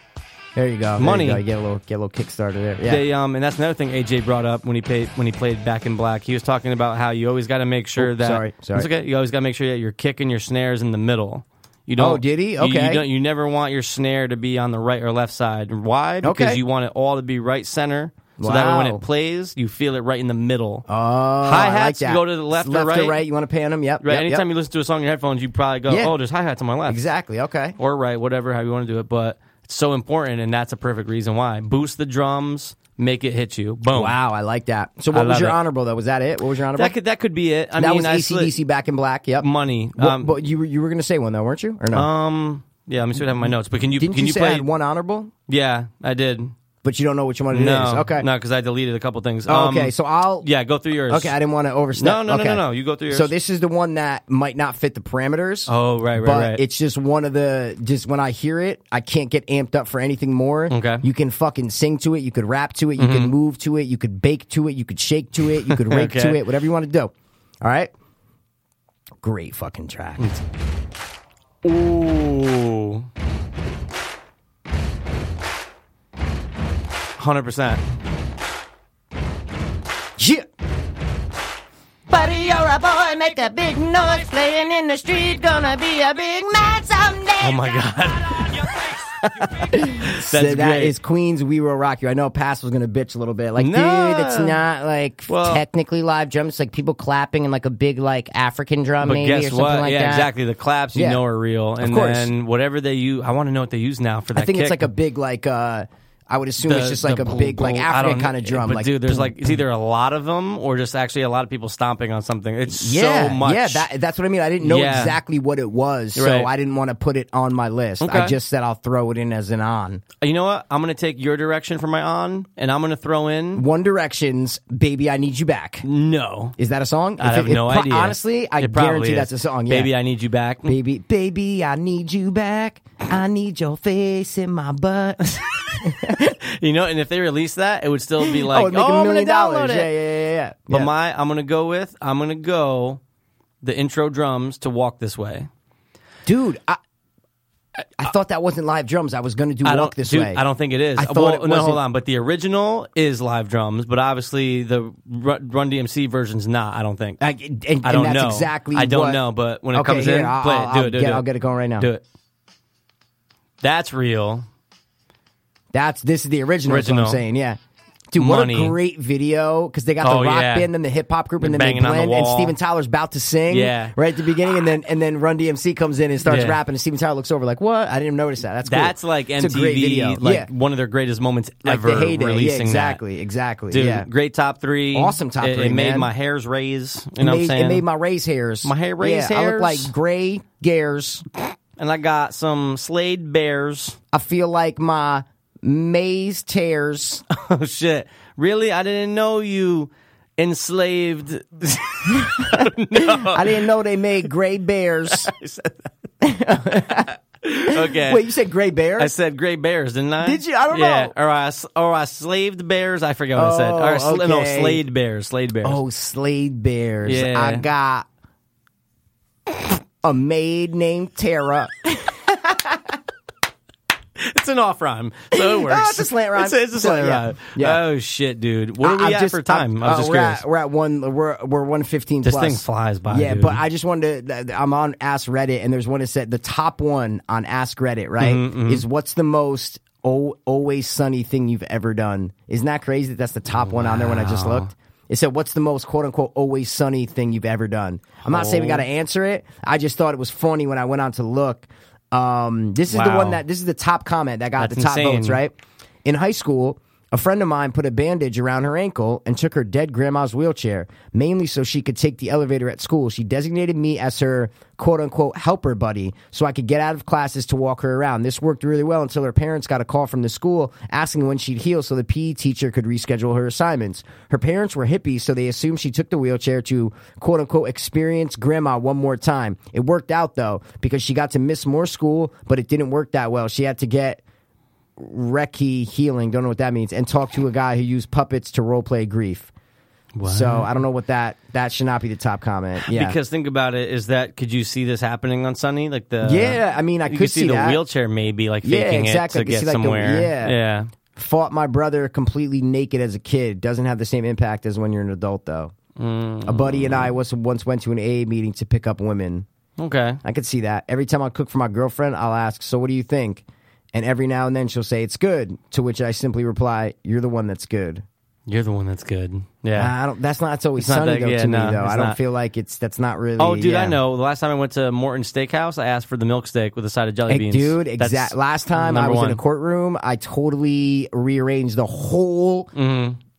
There you go. There you Money. go. You get a little get a little Kickstarter there. Yeah. They um, and that's another thing AJ brought up when he played when he played Back in Black. He was talking about how you always got to make sure Oh, that sorry, sorry. It's okay. You always got to make sure that your kick and your snare is in the middle. You don't. Oh, did he? you- You, Okay. don't. You never want your snare to be on the right or left side. Why? Because Okay. you want it all to be right center. So that way when Wow. it plays, you feel it right in the middle. oh, hi Hi hats. you go to the left, left or right. You want to pan them? Yep. Right. yep, Anytime yep. you listen to a song in your headphones, you probably go, Yeah. "Oh, there's hi hats on my left." Exactly. Okay. or right, whatever, how you want to do it. But it's so important, and that's a perfect reason why. Boost the drums, make it hit you. Boom. Oh, Wow, I like that. So I what was love your it. honorable though? Was that it? What was your honorable? That could that could be it. I That mean, was E I sli- ACDC back in black. Yep. money. What- Um, but you were you were gonna say one though, weren't you? Or no? um, yeah, let me see what I have in my notes. But can you Didn't can you, you, say I play had one honorable? Yeah, I did. But you don't know which one it is. No, Okay. no, because I deleted a couple things. Oh, Um, okay. So I'll. yeah, go through yours. Okay. I didn't want to overstep. No, no, no, Okay. no, no. You go through yours. So this is the one that might not fit the parameters. Oh, right, right, but right. it's just one of the just when I hear it, I can't get amped up for anything more. Okay. Mm-hmm. You can fucking sing to it. You could rap to it. You can move to it. You could bake to it. You could shake to it. You could rake to Okay. it. Whatever you want to do. All right. Great fucking track. Mm. Ooh. Hundred percent. Yeah. Buddy, you're a boy, make a big noise. Playing in the street, gonna be a big man someday. Oh my god. That's so that great. is Queen's "We Will Rock You." I know Pass was gonna bitch a little bit, like, Nah. dude, it's not like Well- technically live drums, It's like people clapping and like a big like African drum, But maybe or guess something what? like yeah, that. exactly. The claps you Yeah. know are real, and course. then whatever they use, I want to know what they use now for that. I think it's kick. like a big like uh I would assume it's the- just like the a bl- big like bl- I African don't- kind of drum. But like, dude, there's boom, like it's either a lot of them or just actually a lot of people stomping on something. It's yeah, so much. yeah. That, that's what I mean. I didn't know Yeah. exactly what it was, so Right. I didn't want to put it on my list. I Okay. just said I'll throw it in as an on. you know what? I'm gonna take your direction for my on, and I'm gonna throw in One Direction's "Baby I Need You Back." no. Is that a song? I If have it- it no pro- idea. Honestly, I It probably guarantee is. that's a song. Yeah. Baby, I need you back. baby, baby, I need you back. I need your face in my butt. You know, and if they release that, it would still be like, oh, oh, it'd make I'm a gonna million download dollars. it. Yeah, yeah, yeah, yeah. But yeah. my, I'm gonna go with, I'm gonna go the intro drums to walk this way. dude, I, I thought that wasn't live drums. I was gonna do I walk don't, this dude, way. I don't think it is. Uh, I thought well, it no, hold wasn't- on. But the original is live drums, but obviously the Ru- Run DMC version's not. I don't think. I, and, and I don't that's know exactly. I don't what- know, but when it Okay, comes here, in, I'll- play I'll- it. Do it. Do it. do I'll get- it. I'll get it going right now. Do it. That's real. That's this is the original. is what Original. I'm saying, yeah. Dude, what Money. a great video because they got Oh, the rock yeah. band and the hip hop group, and then they Banging on the blend, and wall. Steven Tyler's about to sing, Yeah. right at the beginning, and then and then Run DMC comes in and starts Yeah. rapping, and Steven Tyler looks over like, "What? I didn't even notice that. That's cool. That's like It's a great video. MTV, like yeah. one of their greatest moments like ever the heyday, releasing yeah, that. exactly, exactly, Dude, yeah. great top three. Awesome top It- three, It made man. my hairs raise. You know It what I'm made, saying? it made my raised hairs. My hair raised yeah, I look hairs. like gray gares. and I got some Slade Bears. I feel like my maze tears. Oh shit! Really? I didn't know you enslaved. Oh. I didn't know they made gray bears. Okay. Wait, you said gray bears? I said gray bears, didn't I? Did you? I don't yeah. know. Or I s- or I slaved bears. I forget what I said. Oh, Or sl- no, okay. slayed bears. Slayed bears. Oh, Slade Bears. Yeah. I got a maid named Tara. It's an off rhyme, so it works. it's a slant rhyme. It's, it's a slant So, yeah. rhyme. Yeah. Oh shit, dude! What are we I'm at just- for time? I'm- I was uh, just we're curious. At, we're at one. We're we're one fifteen. this plus. thing flies by. Yeah, dude. but I just wanted to. I'm on Ask Reddit, and there's one that said the top one on Ask Reddit, right? Mm-hmm, Is what's the most o- always sunny thing you've ever done? Isn't that crazy? That that's the top one on there when I just looked. It said, "What's the most quote unquote always sunny thing you've ever done?" I'm not saying we got to Oh. answer it. I just thought it was funny when I went on to look. Um, this is the Wow. one that this is the top comment that got That's the top insane. votes, right? In high school, a friend of mine put a bandage around her ankle and took her dead grandma's wheelchair, mainly so she could take the elevator at school. She designated me as her quote unquote helper buddy so I could get out of classes to walk her around. This worked really well until her parents got a call from the school asking when she'd heal so the PE teacher could reschedule her assignments. Her parents were hippies, so they assumed she took the wheelchair to quote unquote experience grandma one more time. It worked out though, because she got to miss more school, but it didn't work that well. She had to get recce healing, don't know what that means, and talk to a guy who used puppets to roleplay grief. So I don't know what that that should not be the top comment. Yeah. because think about it, is that could you see this happening on Sunny? Like the Yeah, I mean, I uh, you could see, see the that. wheelchair maybe like Yeah, faking exactly. I it to could see, get like, the- somewhere. yeah. yeah. fought my brother completely naked as a kid doesn't have the same impact as when you're an adult though. Mm. A buddy and I was once went to an AA meeting to pick up women. Okay. I could see that. Every time I cook for my girlfriend, I'll ask, "So what do you think?" And every now and then she'll say, "It's good." To which I simply reply, "You're the one that's good." You're the one that's good. Yeah. I don't. That's not. That's always not sunny that- though yeah, to no, me though. it's I don't not. feel like it's. That's not really. Oh, dude, I yeah. know. The last time I went to Morton Steakhouse, I asked for the milk steak with a side of jelly Hey, beans. Dude, That's exact. Last time I number was one. in a courtroom, I totally rearranged the whole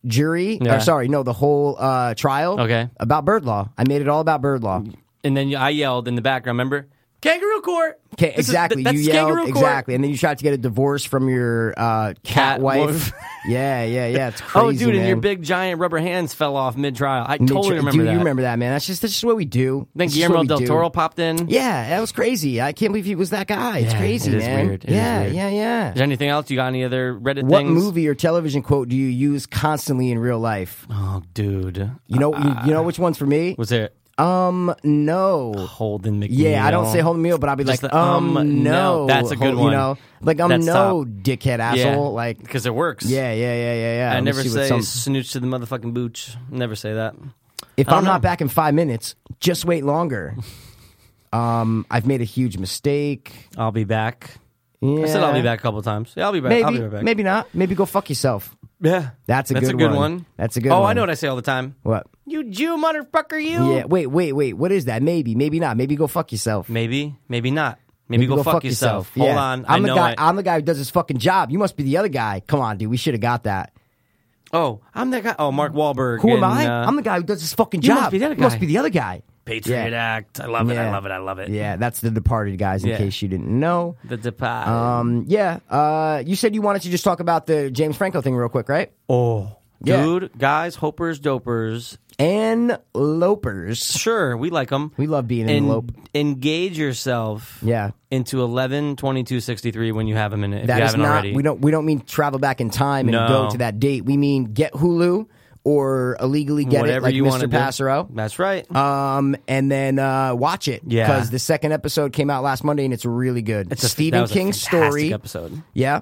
jury. Mm-hmm. Yeah. Or sorry, no, the whole uh, trial. Okay. about bird law. I made it all about bird law. And then I yelled in the background, remember? Kangaroo court. Okay, This is- exactly. that's you yelled kangaroo court. exactly, and then you tried to get a divorce from your uh, cat, Cat wife. wife. yeah, yeah, yeah. It's crazy. Oh, dude, and your man. big giant rubber hands fell off mid trial. I Mid- totally remember dude, that. You remember that, man? That's just that's just what we do. Then That's just what Guillermo we del do. Toro popped in. Yeah, that was crazy. I can't believe he was that guy. It's Yeah, crazy, it is man. weird. It is yeah, weird. yeah, yeah, Is there anything else? You got any other Reddit What things? movie or television quote do you use constantly in real life? Oh, dude. You know, you, you know which one's for me? Was it Um, no. Holden McNeil? Yeah, I don't say hold the meal, but I'll be Just like, the, um, um, no. no. That's a good Hold- one. You know, like um, That's uh, no, dickhead asshole. Yeah. Like, Because it works. yeah, yeah, yeah, yeah, yeah. I Let me never see what say some- snooch to the motherfucking booch. Never say that. if I don't I'm not know. back in five minutes, just wait longer. um, I've made a huge mistake. I'll be back. Yeah. I said I'll be back a couple times. Yeah, I'll be back. I'll Maybe, be right back. maybe not. Maybe go fuck yourself. Yeah. That's a That's good a good one. one. That's a good Oh, one. I know what I say all the time. What? You Jew motherfucker, you. Yeah. Wait, wait, wait. What is that? Maybe, maybe not. Maybe go fuck yourself. Maybe, maybe not. Maybe, go, fuck, yourself. Hold Yeah. on, i I'm the know guy. it. I'm the guy who does his fucking job. You must be the other guy. Come on, dude. We should have got that. oh, I'm that guy. Oh, Mark Wahlberg. Who am and, I? uh, I'm the guy who does his fucking You job. must be the other You must guy. be the other guy. Patriot Yeah. Act. I love it. I Yeah. love it. I love it. Yeah, that's the Departed guys. In Yeah. case you didn't know. The Departed. Um, yeah. Uh, you said you wanted to just talk about the James Franco thing real quick, right? oh, yeah. dude, guys, hopers, dopers. And Lopers. Sure, we like them. We love being in Lope. Engage yourself. Yeah. Into 11, 22, 63 when you have a minute. If That you is haven't not. already. We don't. We don't mean travel back in time and No. go to that date. We mean get Hulu or illegally get Whatever it, like you want to Mr. Passero. That's right. Um, and then uh, watch it. Yeah. Because the second episode came out last Monday and it's really good. It's a- that Stephen was a King's fantastic story. episode Yeah.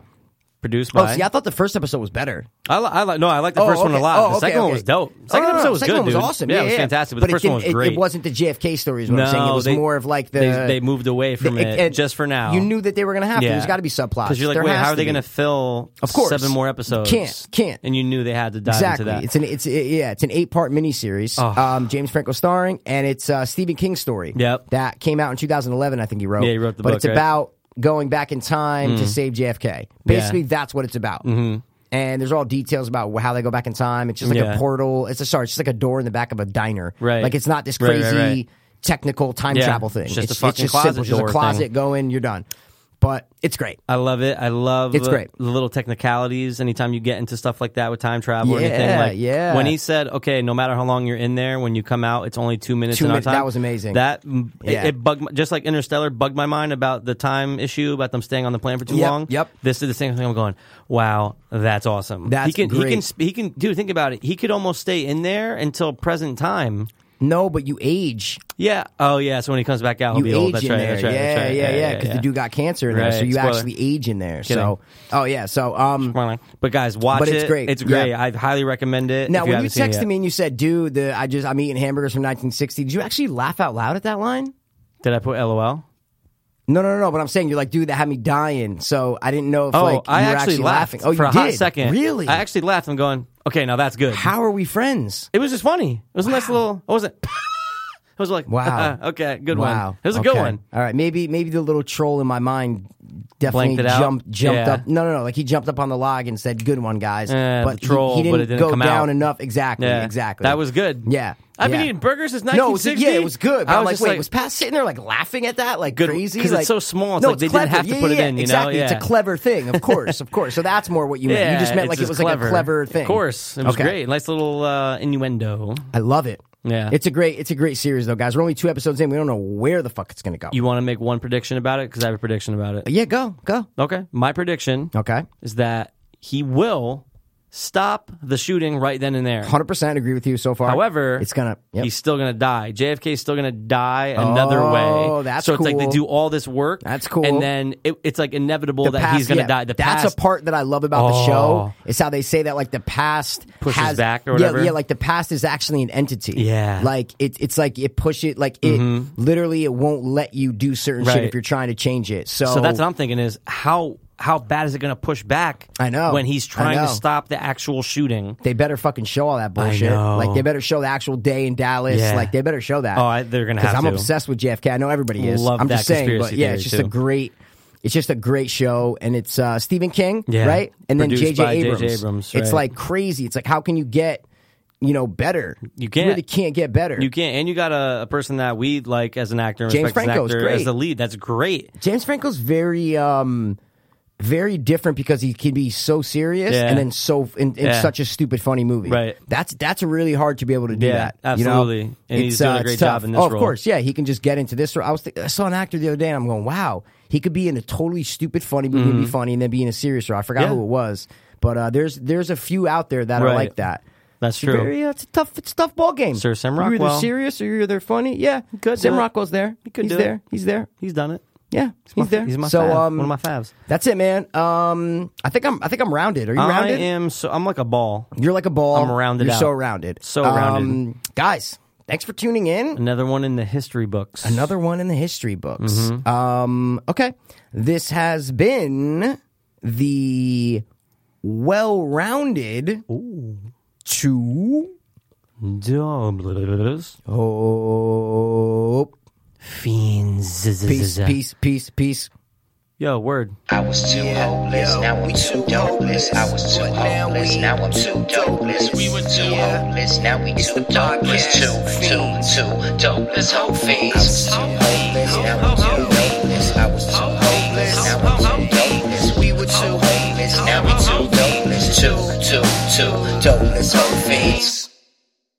produced by. Oh, see, I thought the first episode was better. I, li- I like. No, I like the first one a okay. lot. Oh, the okay, second one okay. was dope. Oh, Second no, no, no, episode was second good, one was dude. awesome. Yeah, Yeah, it was yeah. fantastic. But, But the it first one was didn't- it- great. It, wasn't the JFK story, is what No, I'm saying. It was they- more of like the. they, they moved away from the- it, just for now. You knew that they were going to have to. There's got to be subplots. Because you're like, There wait, has how are to they be. going to fill Of course. seven more episodes? Can't, can't. And you knew they had to dive Exactly. into that. It's an it's yeah, it's an eight part miniseries. Oh. Um, James Franco starring, and it's uh, Stephen King's story. Yep. That came out in 2011, I think he wrote. Yeah, he wrote the But book, it's right? Mm. about going back in time to save JFK. Basically, that's what it's about. Mm-hmm. And there's all details about how they go back in time. It's just like Yeah. a portal. It's a sorry, it's just like a door in the back of a diner. Right. Like it's not this Right, right, crazy right. technical time Yeah. travel thing. It's just a fucking closet simple. It's just door a thing. closet. Go in, you're done. But it's great. I love it. I love It's great. the little technicalities. Anytime you get into stuff like that with time travel or Yeah, anything, like yeah. when he said, "Okay, no matter how long you're in there, when you come out, it's only two minutes." Two in our minutes, time. that was amazing. That mm, it- Yeah. it, bugged my- just like Interstellar bugged my mind about the time issue about them staying on the plane for too Yep, long. yep. This is the same thing. I'm going, wow, that's awesome. That's he can he can great. sp- he can dude. Think about it. He could almost stay in there until present time. No, but you age. Yeah. Oh yeah. So when he comes back out, he'll you be age old. That's in right. there. That's right. yeah, that's right. yeah, yeah, Because the dude got cancer in there, Right, so you spoiler. actually age in there. Kidding. So, oh yeah. So, um, But guys, watch But it's it. great. It's great. Yeah. I highly recommend it. if you now when you haven't seen it texted yet. me and you said, "Dude, the, I just I'm eating hamburgers from 1960," did you actually laugh out loud at that line? Did I put LOL? No, no, no, no. But I'm saying you're like, dude, that had me dying. So I didn't know if Oh, like you I were actually, laughed laughing. Oh, you for a did. hot second. Really? I actually laughed. I'm going, okay, now that's good. How are we friends? It was just funny. It was a nice little. I wasn't. I was like, Wow. okay, good Wow, one. It was a good Okay. one. All right, maybe maybe the little troll in my mind definitely Blanked it out? jumped jumped Yeah. up. No, no, no. Like he jumped up on the log and said, "Good one, guys." Eh, but the he- troll, he, didn't but it didn't go come down out. enough. Exactly, Yeah, exactly. That was good. Yeah, I've yeah. been eating burgers since No, it was, 1960. yeah, it was good. But I I'm like, just wait, was Pat sitting there like laughing at that, like Good- crazy? 'cause it's Like- so small, it's no, like they didn't clever. have to Yeah, put it yeah, in, you know? exactly. Yeah. It's a clever thing, of course, of course. So that's more what you meant. you just meant it's like it was just like a clever thing. Of course, it was Okay. great. Nice little uh, innuendo. I love it. Yeah. it's a great, it's a great series though, guys. We're only two episodes in. We don't know where the fuck it's gonna go. You want to make one prediction about it? Because I have a prediction about it. yeah, go, go. Okay, my prediction. Okay, is that he will stop the shooting right then and there. hundred percent agree with you so far. However, it's gonna. Yep. he's still gonna die. JFK is still gonna die another Oh, way. that's so it's like they cool. do all this work. That's cool. And then it, it's like inevitable The that past- he's gonna yeah, die. The that's past, a part that I love about the Oh. show is how they say that like the past Pushes has, back or yeah, whatever. Yeah, like the past is actually an entity. Yeah. Mm-hmm. like it, it's like it push it like it literally it won't let you do certain shit Right. if you're trying to change it. So, So that's what I'm thinking is how how bad is it gonna push back? I know. when he's I trying know. to stop the actual shooting. they better fucking show all that bullshit. know. Like they better show the actual day in Dallas. Yeah. Like they better show that. Oh, I- they're gonna 'Cause have I'm to. obsessed with JFK. I know everybody is. Love I'm that just saying, conspiracy but yeah, theory, it's just too. a great. It's just a great show, and it's uh, Stephen King, Yeah. right? And then Produced J.J. by J.J. Abrams. Abrams, It's right. like crazy. It's like how can you get, you know, better? You can't. really can't get better. You can't, and you got a, a person that we like as an actor, and James respect as an Franco's actor, great. as the lead. That's great. James Franco's very, um, very different because he can be so serious Yeah. and then so in, in Yeah. such a stupid, funny movie. Right. That's that's really hard to be able to do Yeah, that. absolutely. You know? And he's It's, doing a it's great tough. job in this Oh, of role. course. Yeah, he can just get into this. role. I was th- I saw an actor the other day, and I'm going, wow, he could be in a totally stupid, funny movie, and be funny, and then be in a serious role. I forgot Mm-hmm. Yeah. who it was, but uh, there's there's a few out there that Right. are like that. That's It's true. Very, uh, it's a tough, it's a tough ball game. Sir Sam You're either Rockwell. serious or you're either funny. Yeah, could Sam do it. Rockwell's there. He could he's do it. there. He's there. He's done it. Yeah, he's, my, there. He's my so fav, um, one of my favs. that's it, man. Um, I think I'm. I think I'm rounded. Are you I rounded? am so I'm like a ball. You're like a ball. I'm rounded You're out. so rounded. So rounded. Um, guys, thanks for tuning in. Another one in the history books. Another one in the history books. Mm-hmm. Um, okay, this has been the well-rounded two Dollars. hope Fiends. uh, oh, Peace, peace, peace, peace. Yo, word. I was too hopeless, now we too dopeless. I was too hopeless, now I'm too dopeless. We were too hopeless, now we too darkless. Too, too, too dopeless, hope fiends. I was too hopeless, now I'm too dopeless. I was too hopeless, now I'm too dopeless. We were too hopeless, now we too dopeless. Too, too, too dopeless, hope fiends.